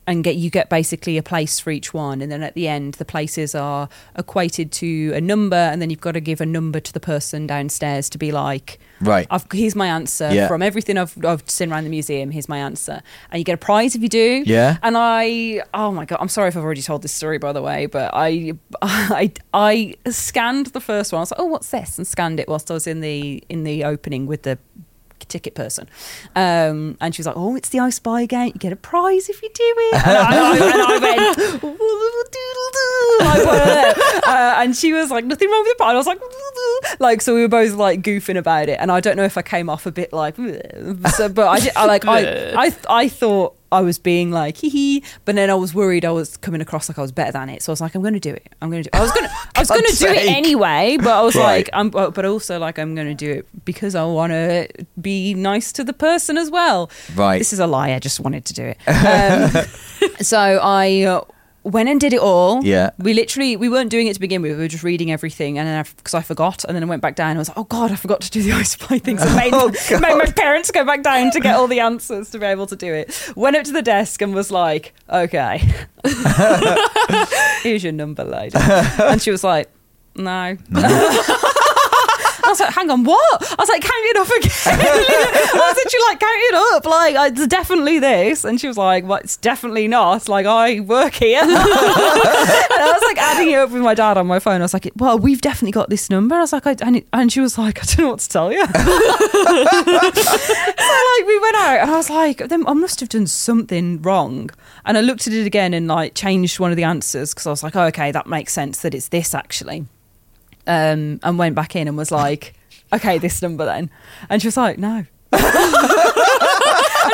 S1: and get you get basically a place for each one and then at the end the places are equated to a number and then you've got to give a number to the person downstairs to be like
S3: Right.
S1: I've, here's my answer
S3: Yeah.
S1: from everything I've, I've seen around the museum here's my answer and you get a prize if you do
S3: Yeah.
S1: and I oh my god I'm sorry if I've already told this story by the way but I I, I scanned the first one I was like oh what's this and scanned it whilst I was in the in the opening with the ticket person. Um, and she was like, Oh, it's the I Spy game. You get a prize if you do it. And I, and I went, "Doodle-doo," like, whatever. uh, And she was like, Nothing wrong with the prize. I was like, "Doodle-doo." like, so we were both like goofing about it. And I don't know if I came off a bit like, "Bleh." so, but I, did- I like, I, I, I thought, I was being like hee hee, but then I was worried I was coming across like I was better than it. So I was like, I'm going to do it. I'm going to do. It. I was going to. I was going to
S3: God's
S1: do it
S3: sake.
S1: anyway, but I was
S3: Right.
S1: like, I'm. oh, But also like I'm going to do it because I want to be nice to the person as well.
S3: Right.
S1: This is a lie. I just wanted to do it. Um, so I. Uh, went and did it all.
S3: Yeah.
S1: we literally we weren't doing it to begin with. We were just reading everything, and then because I, forgot, and then I went back down. and I was like, oh god, I forgot to do the ice pie thing. So I made,
S3: Oh
S1: made my parents go back down to get all the answers to be able to do it. Went up to the desk and was like, okay, here's your number, lady. And she was like, no. I was like, hang on, what? I was like, count it up again. I was literally like, count it up. Like, I- it's definitely this. And she was like, well, it's definitely not. Like, I work here. and I was like, adding it up with my dad on my phone. I was like, well, we've definitely got this number. I was like, I, and, it- and she was like, I don't know what to tell you. so like we went out and I was like, then I must have done something wrong. And I looked at it again and like changed one of the answers because I was like, oh, okay, that makes sense that it's this actually. Um, and went back in and was like, okay, this number then. And she was like, no. and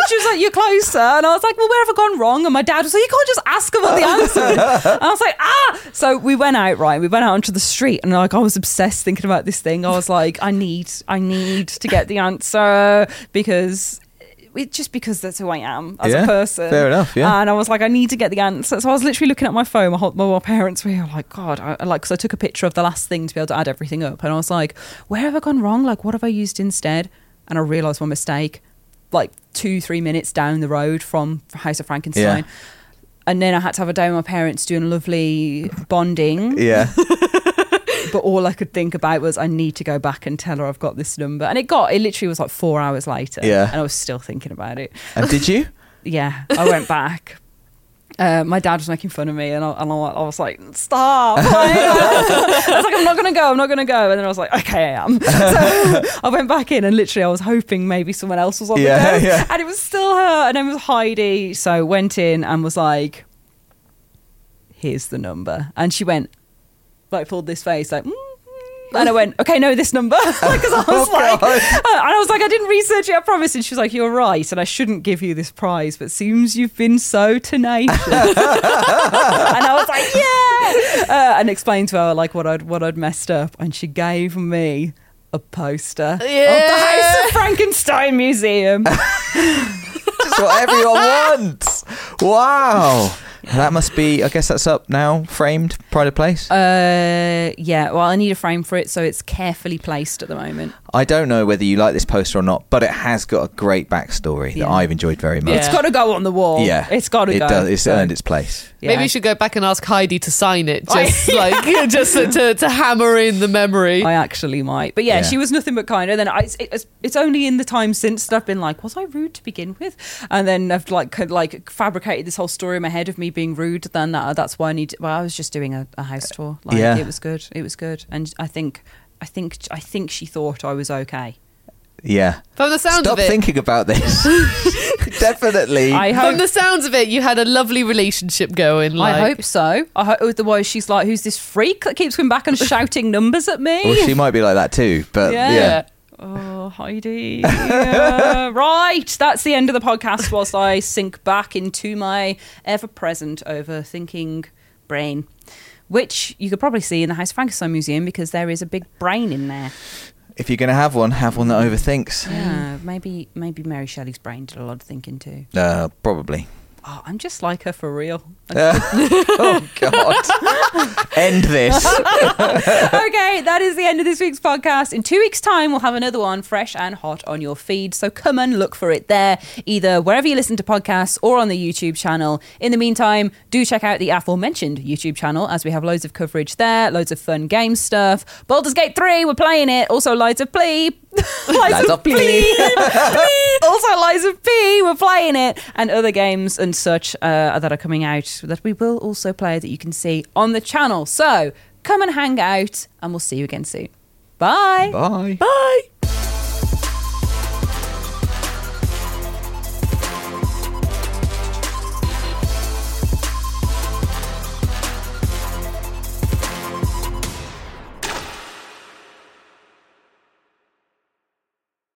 S1: she was like, you're closer. And I was like, well, where have I gone wrong? And my dad was like, you can't just ask about the answer. and I was like, ah. So we went out, right? We went out onto the street and like I was obsessed thinking about this thing. I was like, I need, I need to get the answer because. It, just because that's who I am as
S3: Yeah,
S1: a person.
S3: fair enough, yeah.
S1: And I was like, I need to get the answer. So I was literally looking at my phone. My, whole, my, my parents were here, like, God, I, I- like, because I took a picture of the last thing to be able to add everything up. And I was like, where have I gone wrong? Like, what have I used instead? And I realised my mistake, like two, three minutes down the road from House of Frankenstein. And then I had to have a day with my parents doing lovely bonding.
S3: Yeah.
S1: But all I could think about was, I need to go back and tell her I've got this number. And it got, it literally was like four hours later.
S3: Yeah.
S1: And I was still thinking about it
S3: and did you?
S1: yeah, I went back. Uh, my dad was making fun of me, and I, and I, I was like, "Stop!" I was like, "I'm not gonna go. I'm not gonna go." And then I was like, "Okay, I am." So I went back in, and literally, I was hoping maybe someone else was on
S3: Yeah,
S1: the go,
S3: yeah.
S1: and it was still her. And then it was Heidi. So went in and was like, "Here's the number," and she went, like, pulled this face, like. Mm. And I went, okay, no, this number. Because I was like,
S3: Oh, God.
S1: uh, and I was like, I didn't research it, I promise. And she was like, You're right, and I shouldn't give you this prize, but seems you've been so tenacious. and I was like, Yeah, uh, and explained to her like what I'd what I'd messed up, and she gave me a poster of the
S2: Yeah.
S1: House of Frankenstein Museum.
S3: That's what everyone wants. Wow. That must be. I guess that's up now. Framed, pride of place.
S1: uh, yeah, well, I need a frame for it, so it's carefully placed at the moment.
S3: I don't know whether you like this poster or not, but it has got a great backstory
S1: Yeah.
S3: that I've enjoyed very much.
S1: It's got to go on the wall.
S3: Yeah.
S1: it's got to
S3: It
S1: go.
S3: does. It's
S1: So,
S3: earned its place.
S1: yeah.
S2: Maybe you should go back and ask Heidi to sign it,
S1: I-
S2: just like just to, to hammer in the memory.
S1: I actually might. But yeah,
S3: Yeah.
S1: she was nothing but kind. And then I, it's, it's only in the time since that I've been like, was I rude to begin with? And then I've like kind of like fabricated this whole story in my head of me being rude. Then that, that's why I need. Well, I was just doing a, a house tour. Like
S3: Yeah.
S1: it was good. It was good. And I think, I think, I think she thought I was okay.
S3: Yeah.
S2: From the sound
S3: Stop
S2: of it,
S3: thinking about this. Definitely.
S1: I
S2: from
S1: hope.
S2: the sounds of it, you had a lovely relationship going. Like,
S1: I hope so. I hope. Otherwise, she's like, "Who's this freak that keeps coming back and shouting numbers at me?"
S3: Well, she might be like that too, but yeah.
S2: Yeah.
S1: Oh, Heidi. Yeah. right. That's the end of the podcast whilst I sink back into my ever present overthinking brain, which you could probably see in the House of Frankenstein Museum because there is a big brain in there.
S3: If you're going to have one, have one that overthinks.
S1: Yeah, maybe maybe Mary Shelley's brain did a lot of thinking too.
S3: Uh, probably.
S1: Oh, I'm just like her for real.
S3: Uh, oh, God. End this.
S1: okay, that is the end of this week's podcast. In two weeks' time, we'll have another one fresh and hot on your feed. So come and look for it there, either wherever you listen to podcasts or on the YouTube channel. In the meantime, do check out the aforementioned YouTube channel as we have loads of coverage there, loads of fun game stuff. Baldur's Gate 3, we're playing it. Also, Lights of Plea. Lights
S3: Lies
S1: of
S3: of
S1: Plea.
S3: Plea.
S1: also, Lies of P, we're playing it. And other games and such uh, that are coming out that we will also play that you can see on the channel. So come and hang out, and we'll see you again soon. Bye.
S3: Bye.
S1: Bye.